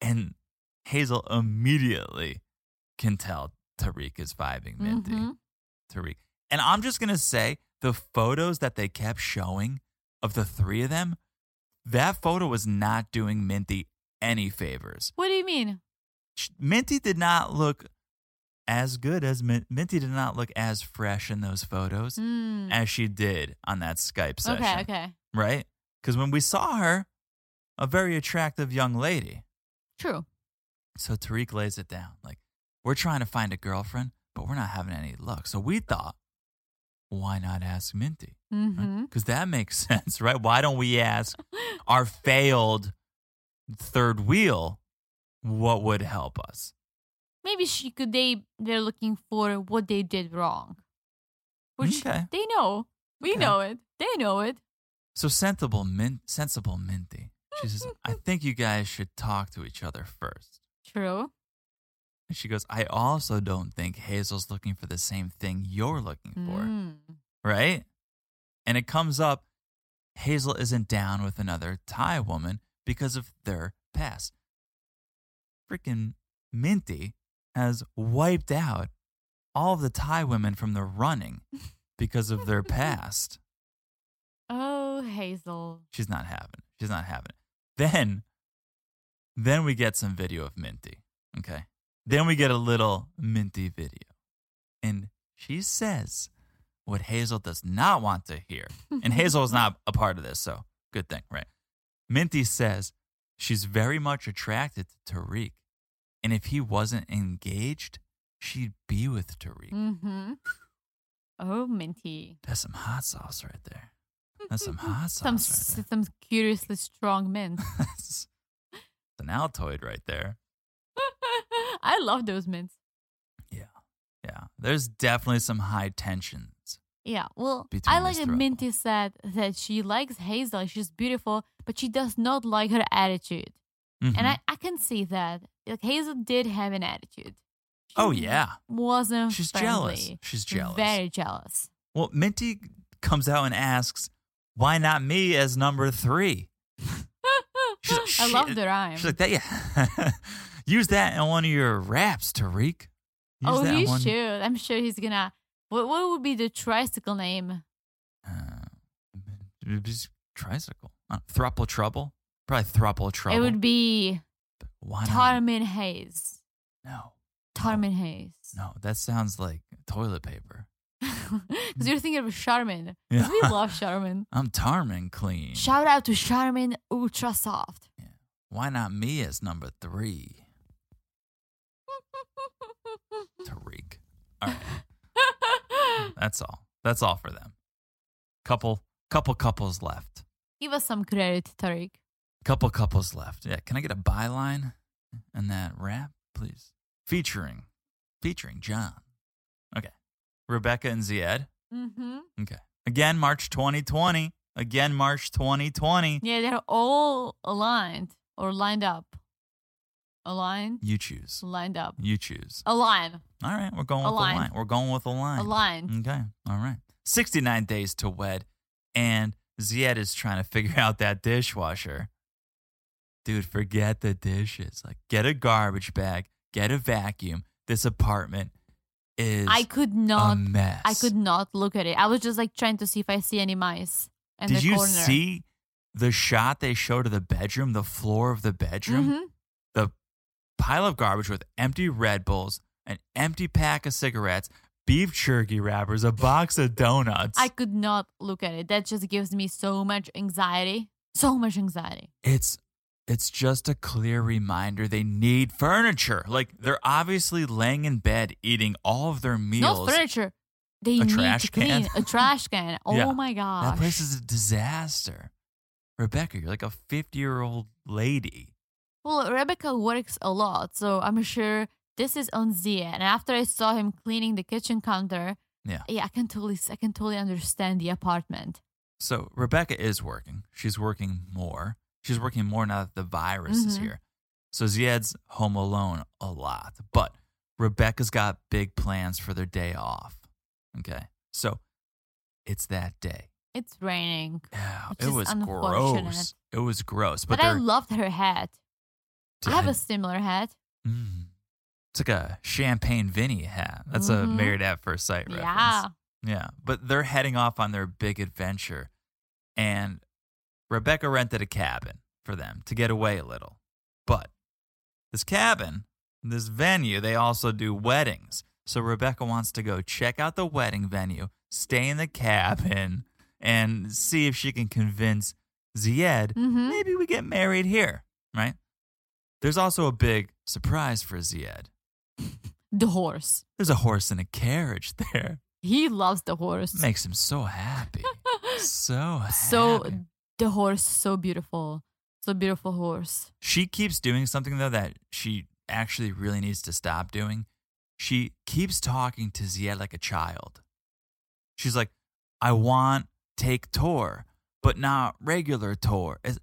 And Hazel immediately can tell Tariq is vibing Minty. Mhm. Tariq. And I'm just going to say the photos that they kept showing of the three of them, that photo was not doing Minty any favors. What do you mean? Sh- Minty did not look as good as Min- Minty did not look as fresh in those photos Mm. as she did on that Skype session, Okay, okay. right? Because when we saw her, a very attractive young lady. True. So Tariq lays it down like, we're trying to find a girlfriend, but we're not having any luck. So we thought, why not ask Minty? Mm-hmm. Because that makes sense, right? Why don't we ask our failed third wheel what would help us? Maybe she could. They they're looking for what they did wrong, Mm, which Okay. they know. We Okay. know it. They know it. So sensible, min- sensible Minty. She says, I think you guys should talk to each other first. True. And she goes, I also don't think Hazel's looking for the same thing you're looking for. Mm. right? And it comes up Hazel isn't down with another Thai woman because of their past. Freaking Minty has wiped out all of the Thai women from the running because of their past. Oh, Hazel. She's not having it. She's not having it. Then, then we get some video of Minty. Okay. Then we get a little Minty video. And she says what Hazel does not want to hear. And Hazel is not a part of this, so good thing, right? Minty says she's very much attracted to Tariq. And if he wasn't engaged, she'd be with Tariq. Mm-hmm. Oh, Minty. That's some hot sauce right there. That's some hot sauce. Some right s- there. some curiously strong mint. That's it's an Altoid right there. I love those mints. Yeah. There's definitely some high tensions. Yeah, well, I Between like this that throuple. Minty said that she likes Hazel. She's beautiful, but she does not like her attitude. And Mm-hmm. I, I can see that. Like, Hazel did have an attitude. She oh, yeah. Wasn't She's jealous. friendly. She's jealous. Very jealous. Well, Minty comes out and asks, why not me as number three? She's like, I "Shit." love the rhyme. She's like, that, yeah. Use that in one of your raps, Tariq. Use oh, that in he one- should. I'm sure he's gonna. What, what would be the tricycle name? Uh, just tricycle. Uh, thruple trouble? Probably thruple trouble. It would be why not? Tarmin Hayes. no, Tarmin Hayes. no. That sounds like toilet paper. Because you're thinking of Charmin. 'Cause Yeah. We love Charmin. I'm Tarmin clean. Shout out to Charmin Ultra Soft. Why not me as number three? Tariq. All right, that's all. That's all for them. Couple, couple couples left. Give us some credit, Tariq. Couple couples left. Yeah, can I get a byline in that rap, please? Featuring, featuring John. Okay, Rebecca and Ziad. Mm-hmm. Okay, again March 2020. Again March 2020. Yeah, they're all aligned or lined up. Aligned? You choose. Lined up. You choose. Align. All right, we're going A with a line. line. We're going with a line. Aligned. Okay. All right. 69 days to wed. And Ziad is trying to figure out that dishwasher. Dude, forget the dishes. Like, get a garbage bag, get a vacuum. This apartment is I could a not. mess. I could not look at it. I was just like trying to see if I see any mice. In Did the you corner. see the shot they showed of the bedroom, the floor of the bedroom? Mhm. The pile of garbage with empty Red Bulls, an empty pack of cigarettes, beef jerky wrappers, a box of donuts. I could not look at it. That just gives me so much anxiety. So much anxiety. it's it's just a clear reminder they need furniture. Like they're obviously laying in bed eating all of their meals. Not furniture. They A need trash to clean can. a trash can. Oh Yeah. my gosh. that place is a disaster. Rebecca, you're like a 50 year old lady. Well, Rebecca works a lot, so I'm sure this is on Zia. And after I saw him cleaning the kitchen counter, Yeah. yeah, I can totally, I can totally understand the apartment. So Rebecca is working. She's working more. She's working more now that the virus is Mhm. here. So Ziad's home alone a lot. But Rebecca's got big plans for their day off. Okay. So it's that day. It's raining, Yeah, Which it is was unfortunate. gross. It was gross. but, But, I they're- loved her hat. I have a similar hat. Mm. it's like a champagne Vinny hat. That's a Mhm. married at first sight reference. Yeah, Yeah. But they're heading off on their big adventure. And Rebecca rented a cabin for them to get away a little. But this cabin, this venue, they also do weddings. So Rebecca wants to go check out the wedding venue, stay in the cabin, and see if she can convince Zied hmm maybe we get married here, right? There's also a big surprise for Ziad. the horse. There's a horse in a carriage there. He loves the horse. Makes him so happy. so happy. so the horse so beautiful. So beautiful horse. She keeps doing something though that she actually really needs to stop doing. She keeps talking to Ziad like a child. She's like, I want take tour, but not regular tour. It's-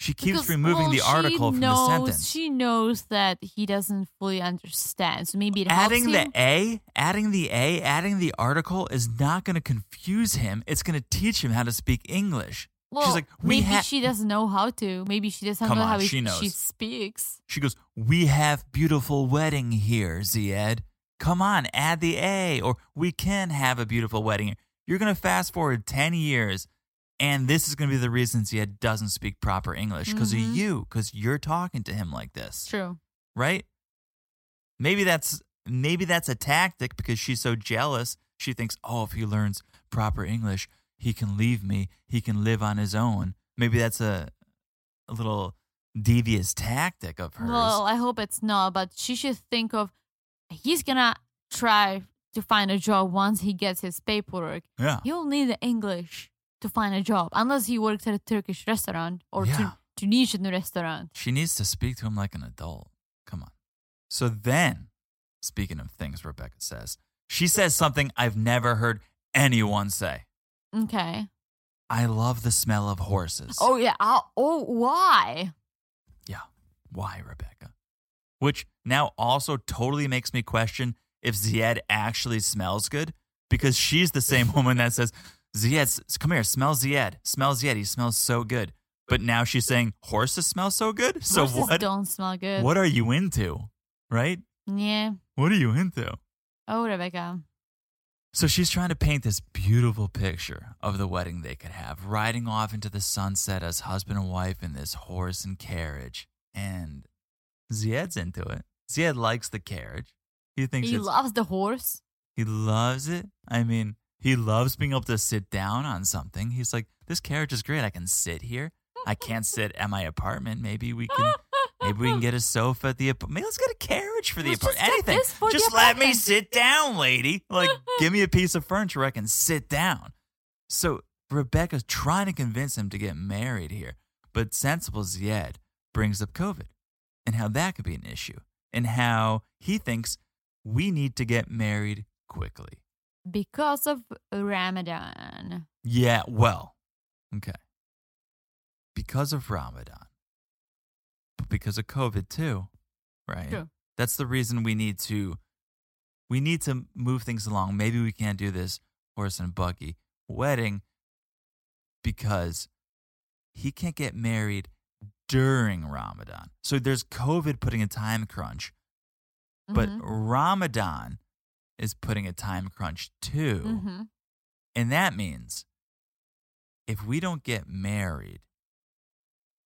She keeps Because, removing well, the she article from knows, the sentence. She knows that he doesn't fully understand. So maybe it adding helps the him. a adding the a adding the article is not going to confuse him it's going to teach him how to speak english Well, she's like we maybe have she doesn't know how to. Maybe she doesn't Come know on, how she it- knows. she speaks. she goes we have beautiful wedding here zied come on add the a or we can have a beautiful wedding here. you're going to fast forward 10 years and this is going to be the reason zied doesn't speak proper english because of Mhm. you because you're talking to him like this It's true. right? Maybe that's maybe that's a tactic because she's so jealous. She thinks, "Oh, if he learns proper English, he can leave me. He can live on his own." Maybe that's a, a little devious tactic of hers. Well, I hope it's not, but she should think of he's gonna try to find a job once he gets his paperwork. yeah. He'll need the English to find a job, unless he works at a Turkish restaurant or Yeah. Tun- Tunisian restaurant. She needs to speak to him like an adult. Come on. So then, speaking of things Rebecca says, she says something I've never heard anyone say. Okay. I love the smell of horses. Oh yeah. i oh why? Yeah. Why, Rebecca? Which now also totally makes me question if Ziad actually smells good because she's the same woman that says, Ziad, s- come here, smell Ziad. Smell Ziad. He smells so good. But now she's saying horses smell so good. So Horses what? don't smell good. What are you into? Right? Yeah. What are you into? Oh Rebecca. So she's trying to paint this beautiful picture of the wedding they could have, riding off into the sunset as husband and wife in this horse and carriage. And Ziad's into it. Ziad likes the carriage. He thinks He it's, loves the horse. he loves it. I mean, he loves being able to sit down on something. He's like, this carriage is great. I can sit here. I can't sit at my apartment. Maybe we can. Maybe we can get a sofa at the apartment. Maybe let's get a carriage for the Let's just apartment. get Anything. this for the just let me apartment. sit down, lady. Like, give me a piece of furniture. I can sit down. So Rebecca's trying to convince him to get married here. But sensible Zied brings up COVID and how that could be an issue and how he thinks we need to get married quickly. because of Ramadan. Yeah, well, okay. Because of Ramadan, but because of COVID too, right? True. That's the reason we need to we need to move things along. Maybe we can't do this horse and buggy wedding because he can't get married during Ramadan. So there's COVID putting a time crunch, but Mhm. Ramadan is putting a time crunch too. Mhm. And that means if we don't get married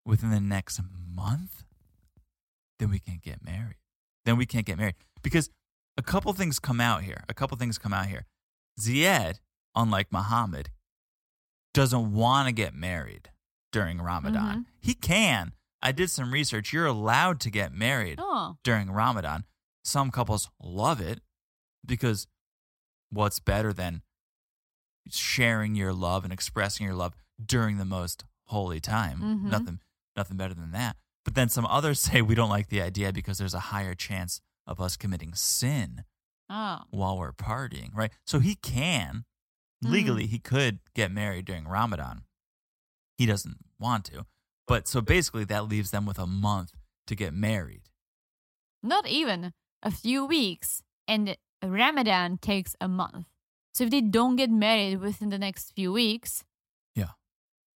within the next month, then we can't get married. Then we can't get married. Because a couple things come out here. A couple things come out here. Ziad, unlike Muhammad, doesn't want to get married during Ramadan. Mhm. He can. I did some research. You're allowed to get married Oh, during Ramadan. Some couples love it because what's better than sharing your love and expressing your love during the most holy time? Mhm. Nothing nothing better than that. But then some others say we don't like the idea because there's a higher chance of us committing sin oh, while we're partying, right? So he can legally he could get married during Ramadan. He doesn't want to. But so basically that leaves them with a month to get married. not even a few weeks, and Ramadan takes a month. So if they don't get married within the next few weeks,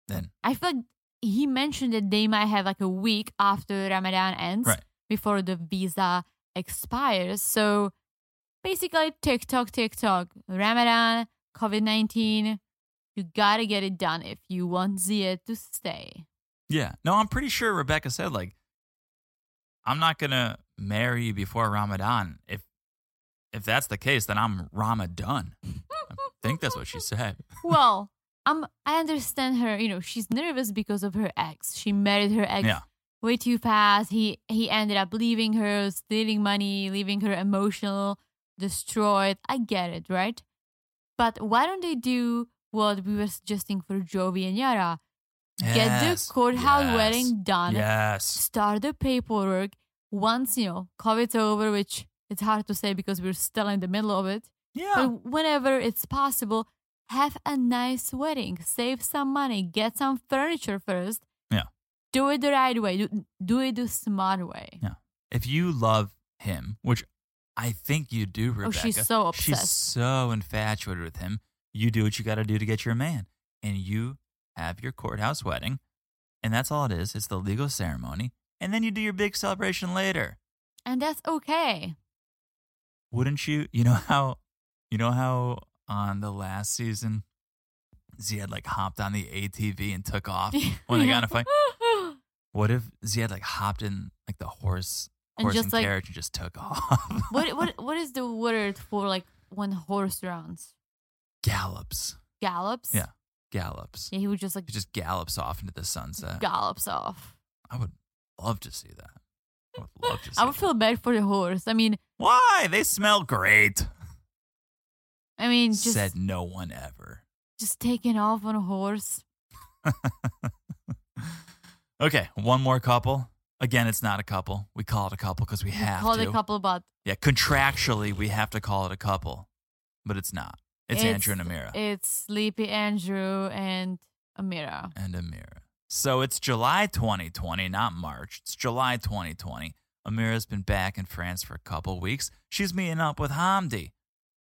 Then I feel like he mentioned that they might have like a week after Ramadan ends Right. before the visa expires. So basically, tick tock, tick tock, Ramadan, COVID 19. You gotta get it done if you want Zia to stay. Yeah. No, I'm pretty sure Rebecca said like I'm not going to marry you before Ramadan. If if that's the case, then I'm Ramadan. I think that's what she said. well, I'm, I understand her. You know, she's nervous because of her ex. She married her ex Yeah. way too fast. He he ended up leaving her, stealing money, leaving her emotional, destroyed. I get it, right? But why don't they do what we were suggesting for Jovi and Yara? Get Yes, the courthouse yes, wedding done. Yes. Start the paperwork once you know COVID's over, which it's hard to say because we're still in the middle of it. Yeah. But whenever it's possible, have a nice wedding. Save some money. Get some furniture first. Yeah. Do it the right way. Do, do it the smart way. Yeah. If you love him, which I think you do, Rebecca. Oh, she's so She's obsessed. so infatuated with him. You do what you got to do to get your man, and you have your courthouse wedding, and that's all it is. It's the legal ceremony, and then you do your big celebration later. And that's okay. Wouldn't you? You know how? You know how on the last season, Z had like hopped on the ATV and took off when they got in a fight. What if Z had like hopped in like the horse, And horse just, and like- carriage and just took off? what, what, what is the word for like when horse runs? gallops, Gallops? Yeah. gallops. Yeah, he would just like He just gallops off into the sunset. gallops off. I would love to see that. I would love to see. I would that. feel bad for the horse. I mean, Why they smell great? I mean, just Said no one ever. just taking off on a horse. Okay, one more couple. Again, it's not a couple. We call it a couple because we have Called to. a couple, but Yeah, contractually we have to call it a couple, but it's not. It's, Andrew and Amira. It's Sleepy Andrew and Amira. and Amira. So it's July 2020, not March. It's July 2020. Amira's been back in France for a couple weeks. She's meeting up with Hamdi,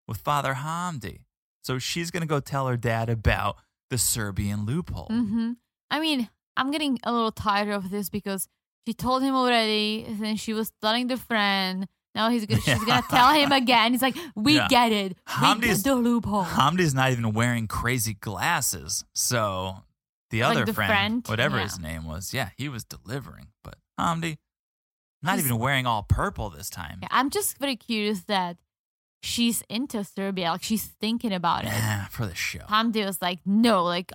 with Father Hamdi. So she's going to go tell her dad about the Serbian loophole. hmm I mean, I'm getting a little tired of this because she told him already, and then she was telling the friend. Now he's gonna, she's gonna tell him again. He's like, we Yeah. get it. we Hamdi's- get the loophole. Hamdi's not even wearing crazy glasses. So the Like other the friend, friend, whatever yeah. his name was, yeah, he was delivering. But Hamdi, not He's- even wearing all purple this time. Yeah, I'm just very curious that she's into Serbia. Like she's thinking about it. Nah, for the show. Hamdi was like, no, like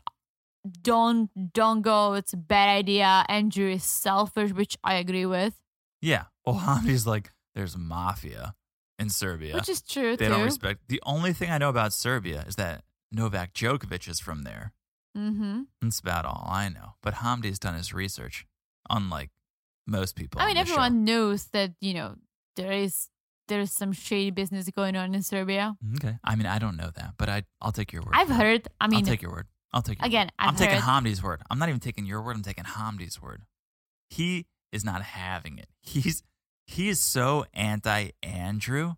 don't don't go. It's a bad idea. Andrew is selfish, which I agree with, Yeah. Well, Hamdi's like, there's mafia in Serbia. which is true they too. don't respect. The only thing I know about Serbia is that Novak Djokovic is from there. mm-hmm. That's about all I know. But Hamdi's done his research, unlike most people. I on mean, this show. everyone knows that you know there is there is some shady business going on in Serbia. Okay. I mean, I don't know that, but I, I'll take your word. I've for it. heard. I I'll mean, take your word. I'll take your again, Word. I've am taking heard- Hamdi's word. I'm not even taking your word. I'm taking Hamdi's word. He is not having it. He's he is so anti Andrew.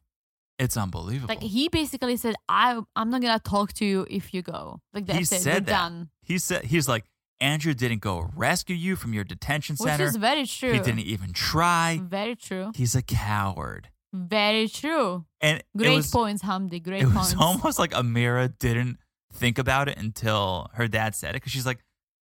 It's unbelievable. like he basically said, "I I'm not gonna talk to you if you go." Like that's he it. said We're that. done. He said he's like Andrew didn't go rescue you from your detention Which center. is very true. Mm-hmm. He didn't even try. Very true. He's a coward. Very true. And Great it was, points, Hamdi. Great it was points. almost like Amira didn't think about it until her dad said it because she's like,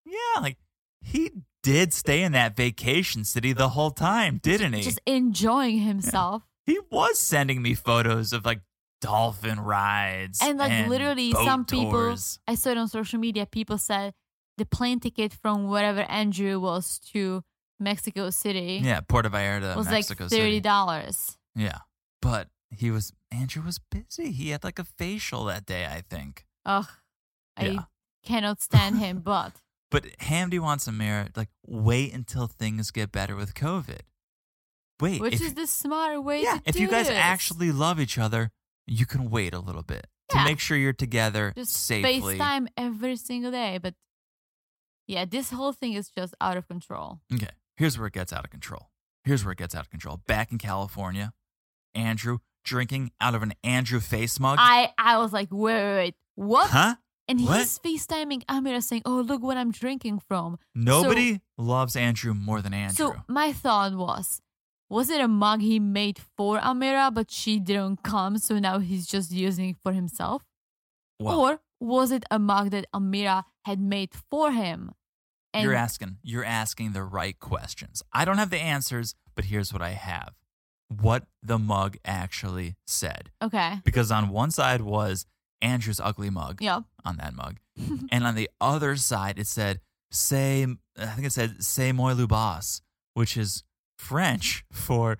yeah, like he did stay in that vacation city the whole time, didn't he? Just enjoying himself he was sending me photos of like dolphin rides and like literally boat some people tours. I saw it on social media. People said the plane ticket from wherever Andrew was to Mexico City Yeah, Puerto Vallarta, eh was Mexico like City. thirty dollars. Yeah. But he was Andrew was busy. He had like a facial that day, I think. Ugh, I Yeah. cannot stand him. But But Hamdi wants Amira like wait until things get better with COVID. Wait, which if, is the smart way? yeah, to if do you guys this. actually love each other, you can wait a little bit Yeah. to make sure you're together just safely. FaceTime every single day, but yeah, this whole thing is just out of control. Okay, here's where it gets out of control. Here's where it gets out of control. Back in California, Andrew drinking out of an Andrew face mug. I I was like, wait, wait, wait, what? Huh? And What? he's FaceTiming Amira saying, oh look what I'm drinking from. Nobody loves Andrew more than Andrew. So my thought was, was it a mug he made for Amira, but she didn't come, so now he's just using it for himself? Well, or was it a mug that Amira had made for him? And you're asking you're asking the right questions. I don't have the answers, but here's what I have. What the mug actually said. okay, Because on one side was Andrew's ugly mug yeah, on that mug. and on the other side it said say I think it said say moi lubas, which is French for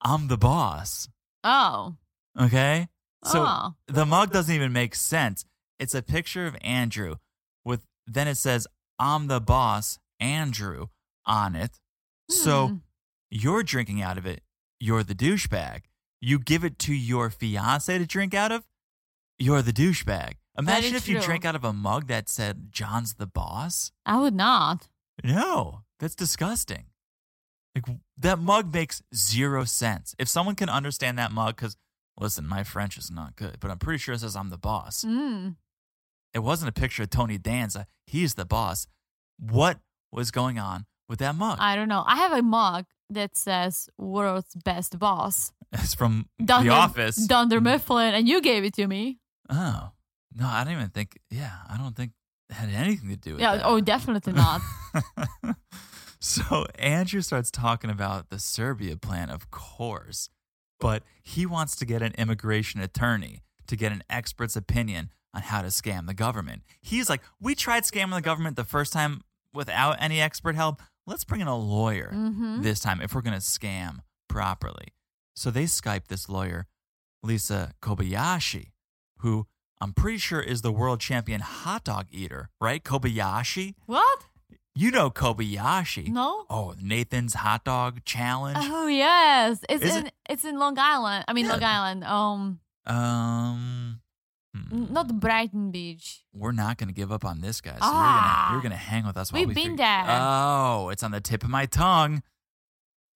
I'm the boss. Oh. Okay? So oh. the mug doesn't even make sense. It's a picture of Andrew with then it says I'm the boss, Andrew on it. So Hmm. you're drinking out of it. You're the douchebag. You give it to your fiance to drink out of. You're the douchebag. Imagine is if you true. drank out of a mug that said John's the boss. I would not. No, that's disgusting. Like that mug makes zero sense. If someone can understand that mug, because listen, my French is not good, but I'm pretty sure it says I'm the boss. Mm. It wasn't a picture of Tony Danza. He's the boss. What was going on with that mug? I don't know. I have a mug that says "World's Best Boss." it's from Dunder- The Office. Dunder Mifflin, and you gave it to me. Oh no, I don't even think. Yeah, I don't think it had anything to do with Yeah. that. Oh, definitely not. so Andrew starts talking about the Serbia plan, of course, but he wants to get an immigration attorney to get an expert's opinion on how to scam the government. He's like, we tried scamming the government the first time without any expert help. Let's bring in a lawyer hmm this time if we're going to scam properly. So they Skype this lawyer, Lisa Kobayashi, who I'm pretty sure is the world champion hot dog eater, right? Kobayashi? What? You know Kobayashi. No. Oh, Nathan's hot dog challenge. Oh yes, it's Is in it's in Long Island. I mean Yeah. Long Island. Um, Um, hmm. n- not Brighton Beach. we're not going to give up on this guy. So Ah. you're going to hang with us. While We've we been fig- there. Oh, it's on the tip of my tongue.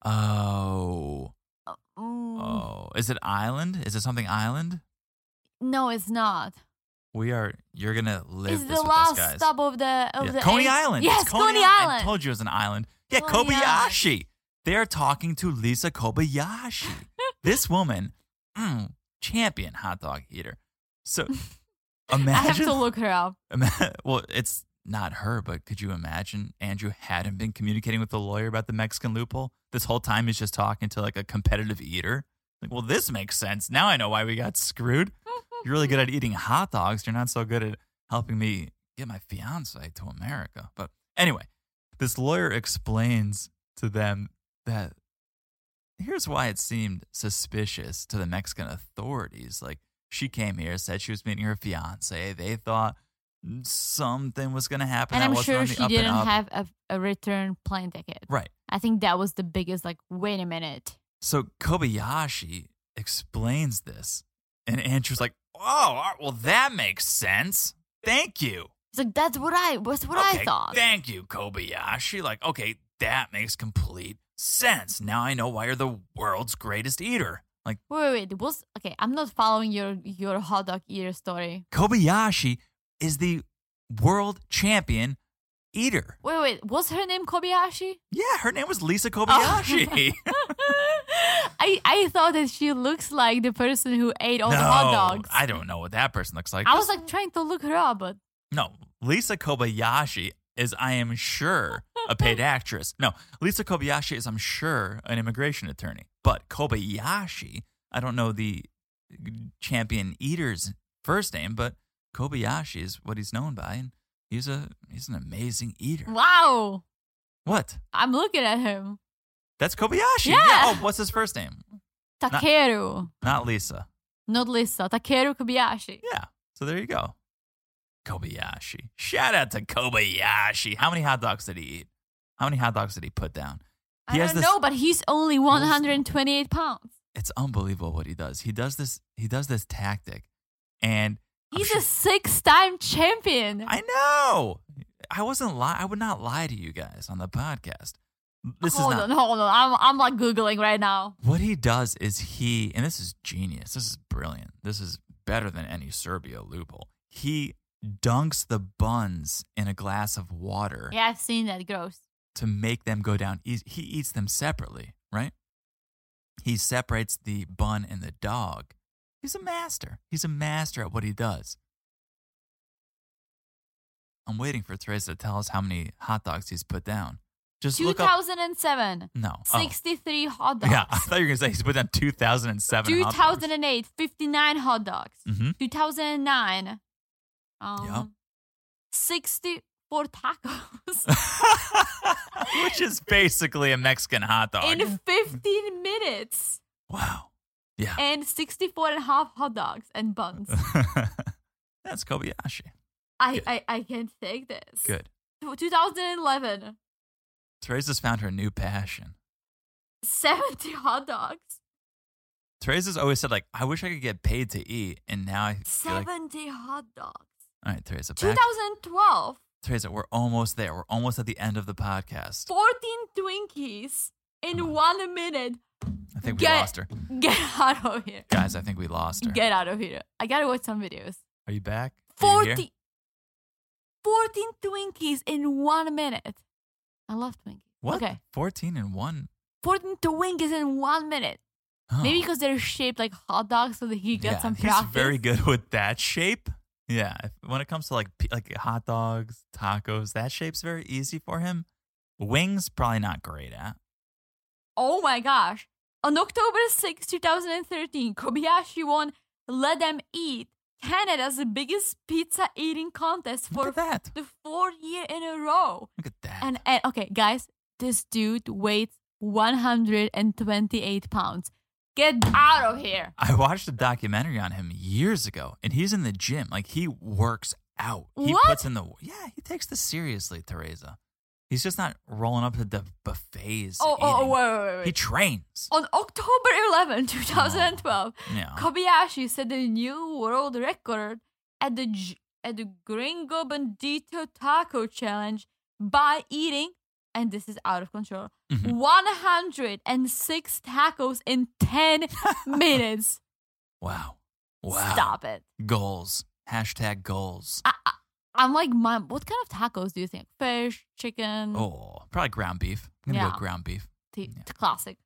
Oh, Mm, oh, is it island? Is it something island? No, it's not. We are. You're gonna live it's this the with last us, guys. stop of the of Yeah, the Coney eight- Island. Yes, it's Coney, I Island. told you it was an island. Yeah, Coney Island. Kobayashi. They are talking to Lisa Kobayashi. this woman, mm, champion hot dog eater. So imagine. I have to look her up. Ima- well, it's not her, but could you imagine Andrew hadn't been communicating with the lawyer about the Mexican loophole? This whole time he's just talking to like a competitive eater. Like, well, this makes sense. Now I know why we got screwed. You're really good at eating hot dogs. You're not so good at helping me get my fiance to America. But anyway, this lawyer explains to them that here's why it seemed suspicious to the Mexican authorities. Like, she came here, said she was meeting her fiance. They thought something was going to happen. And that I'm wasn't sure on the she up and didn't up. have a, a return plane ticket. Right. I think that was the biggest. Like, wait a minute. So Kobayashi explains this, and Andrew's like, "Oh, all right, well, that makes sense. Thank you. It's like that's what I was what okay, I thought. Thank you, Kobayashi. Like, okay, that makes complete sense. Now I know why you're the world's greatest eater. Like wait, wait, wait. Was okay. I'm not following your your hot dog eater story. Kobayashi is the world champion eater. Wait, wait. Was her name Kobayashi? Yeah, her name was Lisa Oh. Kobayashi. I I thought that she looks like the person who ate all the hot dogs. I don't know what that person looks like. I was like trying to look her up, but No, Lisa Kobayashi is, I am sure, a paid actress. No, Lisa Kobayashi is, I'm sure, an immigration attorney. But Kobayashi, I don't know the champion eater's first name, but Kobayashi is what he's known by, and he's a he's an amazing eater. wow, What? I'm looking at him. That's Kobayashi. Yeah. Oh, what's his first name? Takeru, Not Lisa. not Lisa. Takeru Kobayashi. Yeah. So there you go. Kobayashi. Shout out to Kobayashi. How many hot dogs did he eat? How many hot dogs did he put down? I He has don't this- know, but he's only 128 pounds. It's unbelievable what he does. He does this he does this tactic. And I'm He's sure- a six-time champion. I know. I wasn't lie I would not lie to you guys on the podcast. This hold is not on, hold on. I'm I'm like googling right now. what he does is he and this is genius. This is brilliant. This is better than any Serbia loophole. He dunks the buns in a glass of water. Yeah, I've seen that. Gross. to make them go down easy. He eats them separately, right? He separates the bun and the dog. He's a master. He's a master at what he does. I'm waiting for Teresa to tell us how many hot dogs he's put down. Just look up. 2007, No. oh. 63 hot dogs. Yeah, I thought you were going to say he's put down 2007. 2008, 59 hot dogs. Mm-hmm. 2009. Um, 64 tacos. Mm-hmm. which is basically a Mexican hot dog. in 15 minutes wow. Yeah. and 64 and a half hot dogs and buns. That's Kobayashi. I, Good. I, I can't take this. Good. Tw- 2011, Teresa's found her new passion. 70 hot dogs. Teresa's always said, like, I wish I could get paid to eat. And now I feel like, all 70 hot dogs. right, Teresa, back. 2012, Teresa, we're almost there. We're almost at the end of the podcast. 14 Twinkies in one minute. I think we Get- lost her. Get out of here. Guys, I think we lost her. Get out of here. I gotta watch some videos. Are you back? Are you here? 40, 14 Twinkies in one minute. I love Twinkies. What? Okay. 14 and 1. 14 Twinkies in one minute. Oh. Maybe because they're shaped like hot dogs, so that he got yeah, some he's practice. very good with that shape. Yeah, if, when it comes to like p- like hot dogs, tacos, that shape's very easy for him. Wings, probably not great at. Oh my gosh. On October 6, 2013, Kobayashi won Let Them Eat, Canada's biggest pizza eating contest Look for at that. the fourth year in a row. Look at that. And, and okay, guys, this dude weighs 128 pounds. Get out of here. I watched a documentary on him years ago, and he's in the gym. Like he works out. He What? puts in the yeah. He takes this seriously, Teresa. He's just not rolling up to the buffets. Oh, oh, oh, eating. wait, wait, wait, Oh, wait. he trains. On October 11, 2012, Yeah. Kobayashi set a new world record at the J- at the Gringo Bandito Taco Challenge by eating, and this is out of control, Mhm. 106 tacos in 10 minutes. Wow. Wow. Stop it. Goals. Hashtag goals. I, I, I'm like, mom, what kind of tacos do you think? Fish, chicken, Oh, probably ground beef. I'm gonna Um, Yeah. go ground beef. the, yeah. the classic.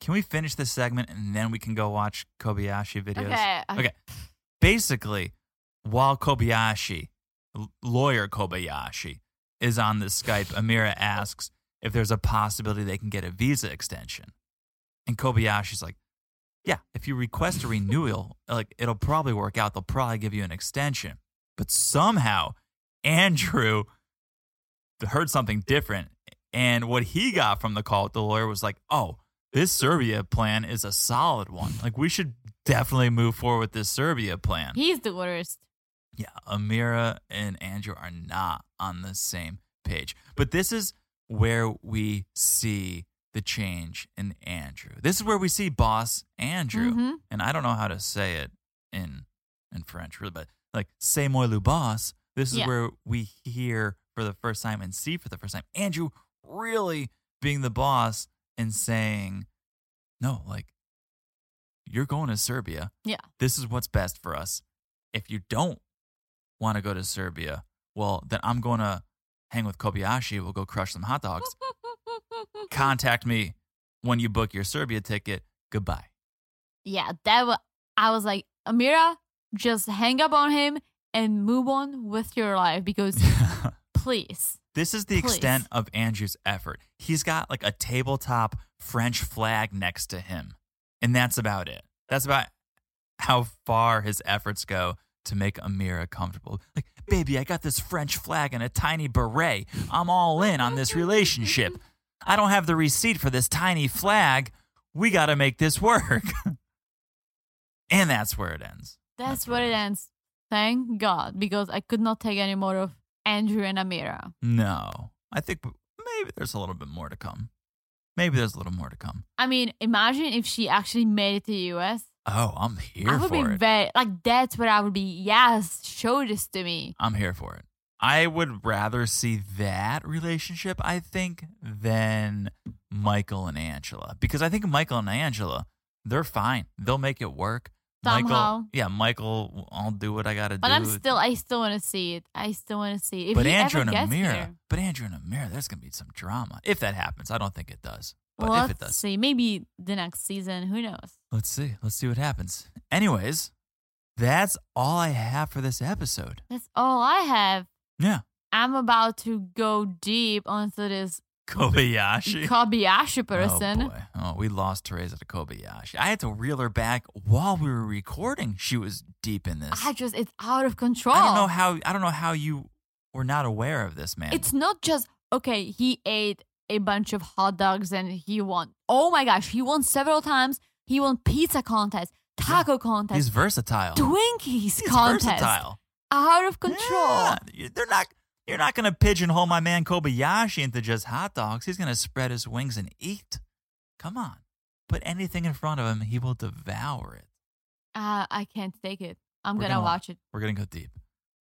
Can we finish this segment and then we can go watch Kobayashi videos? Okay. okay. Okay. Basically, while Kobayashi, l- lawyer Kobayashi, is on the Skype, Amira asks if there's a possibility they can get a visa extension. And Kobayashi's like, yeah, if you request a renewal, like it'll probably work out. They'll probably give you an extension. But somehow Andrew heard something different. And what he got from the call with the lawyer was like, oh, this Serbia plan is a solid one. Like we should definitely move forward with this Serbia plan. He's the worst. Yeah, Amira and Andrew are not on the same page. But this is where we see the change in Andrew. This is where we see boss Andrew. Mhm. And I don't know how to say it in in French really, but like c'est moi le boss. This is Yeah. where we hear for the first time and see for the first time Andrew really being the boss and saying, No, like you're going to Serbia. Yeah. This is what's best for us. If you don't want to go to Serbia, well, then I'm going to hang with Kobayashi. We'll go crush some hot dogs. Mm-hmm. Contact me when you book your Serbia ticket. Goodbye. yeah, that was, I was like, Amira, just hang up on him and move on with your life because please. this is the Please. extent of Andrew's effort. He's got like a tabletop French flag next to him, and that's about it. That's about how far his efforts go to make Amira comfortable. Like, baby, I got this French flag and a tiny beret. I'm all in on this relationship. I don't have the receipt for this tiny flag. We got to make this work. and that's where it ends. That's That's where it ends. Thank God, because I could not take any more of Andrew and Amira. No, I think maybe there's a little bit more to come. Maybe there's a little more to come. I mean, imagine if she actually made it to the US. Oh, I'm here I would be for it. very like that's where I would be. Yes, show this to me. I'm here for it. I would rather see that relationship, I think, than Michael and Angela. Because I think Michael and Angela, they're fine. They'll make it work. Michael, Somehow. yeah, Michael, I'll do what I got to do. But I'm still I still wanna see it. I still wanna see it. If but he Andrew ever and gets Amira, here, but Andrew and Amira, there's gonna be some drama if that happens. I don't think it does, but well, if let's it does, see. Maybe the next season, who knows? Let's see. Let's see what happens. Anyways, that's all I have for this episode. That's all I have. Yeah. I'm about to go deep onto this Kobayashi. Kobayashi Oh, person. boy. oh, we lost Teresa to Kobayashi. I had to reel her back while we were recording. She was deep in this. I just, it's out of control. I don't know how I don't know how you were not aware of this man. It's not just, okay, he ate a bunch of hot dogs and he won. Oh my gosh, he won several times. He won pizza contest, taco contest, He's versatile. Twinkies He's contest. versatile. Out of control. Yeah, they're not. You're not going to pigeonhole my man Kobayashi into just hot dogs. He's going to spread his wings and eat. Come on, put anything in front of him, he will devour it. Uh, I can't take it. I'm We're gonna, gonna- watch it. We're going to go deep.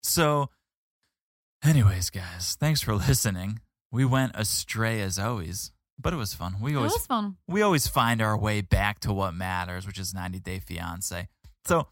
So, anyways, guys, thanks for listening. We went astray as always, but it was fun. We It always was fun. we always find our way back to what matters, which is 90 Day Fiance. So,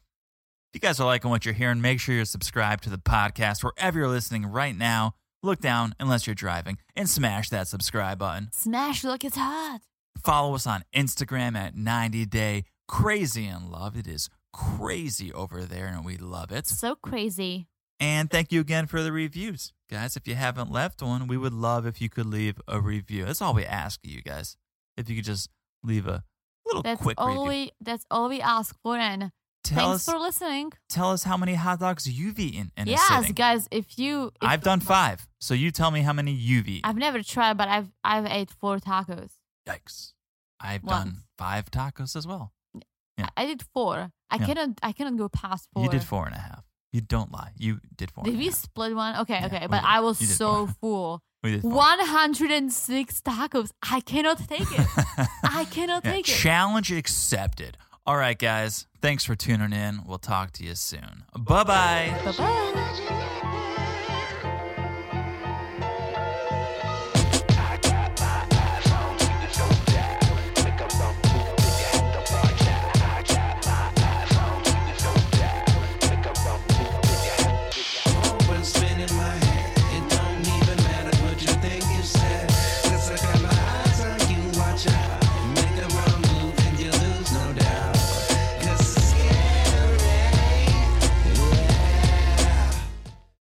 if you guys are liking what you're hearing, make sure you're subscribed to the podcast wherever you're listening right now. Look down unless you're driving and smash that subscribe button. Smash! Look, it's hot. Follow us on Instagram at 90 Day Crazy in Love. It is crazy over there and we love it. So crazy. And thank you again for the reviews. Guys, if you haven't left one, we would love if you could leave a review. That's all we ask of you guys. If you could just leave a little That's quick review. all we. That's all we ask for. And Tell us thanks for listening. tell us how many hot dogs you've eaten in yes, a sitting. guys. If you, if, I've done five, so you tell me how many you've eaten. I've never tried, but I've I've ate four tacos. Yikes! I've done Once. five tacos as well. Yeah. I, I did four. I Yeah. cannot. I cannot go past four. You did four and a half. You don't lie. You did four. Did and a we half. split one? Okay, Yeah, okay. we But did. I was You did so four. full. We did. Four. 106 tacos. I cannot take it. I cannot Yeah, take it. Challenge accepted. All right, guys. Thanks for tuning in. We'll talk to you soon. Bye bye. Bye bye. Bye.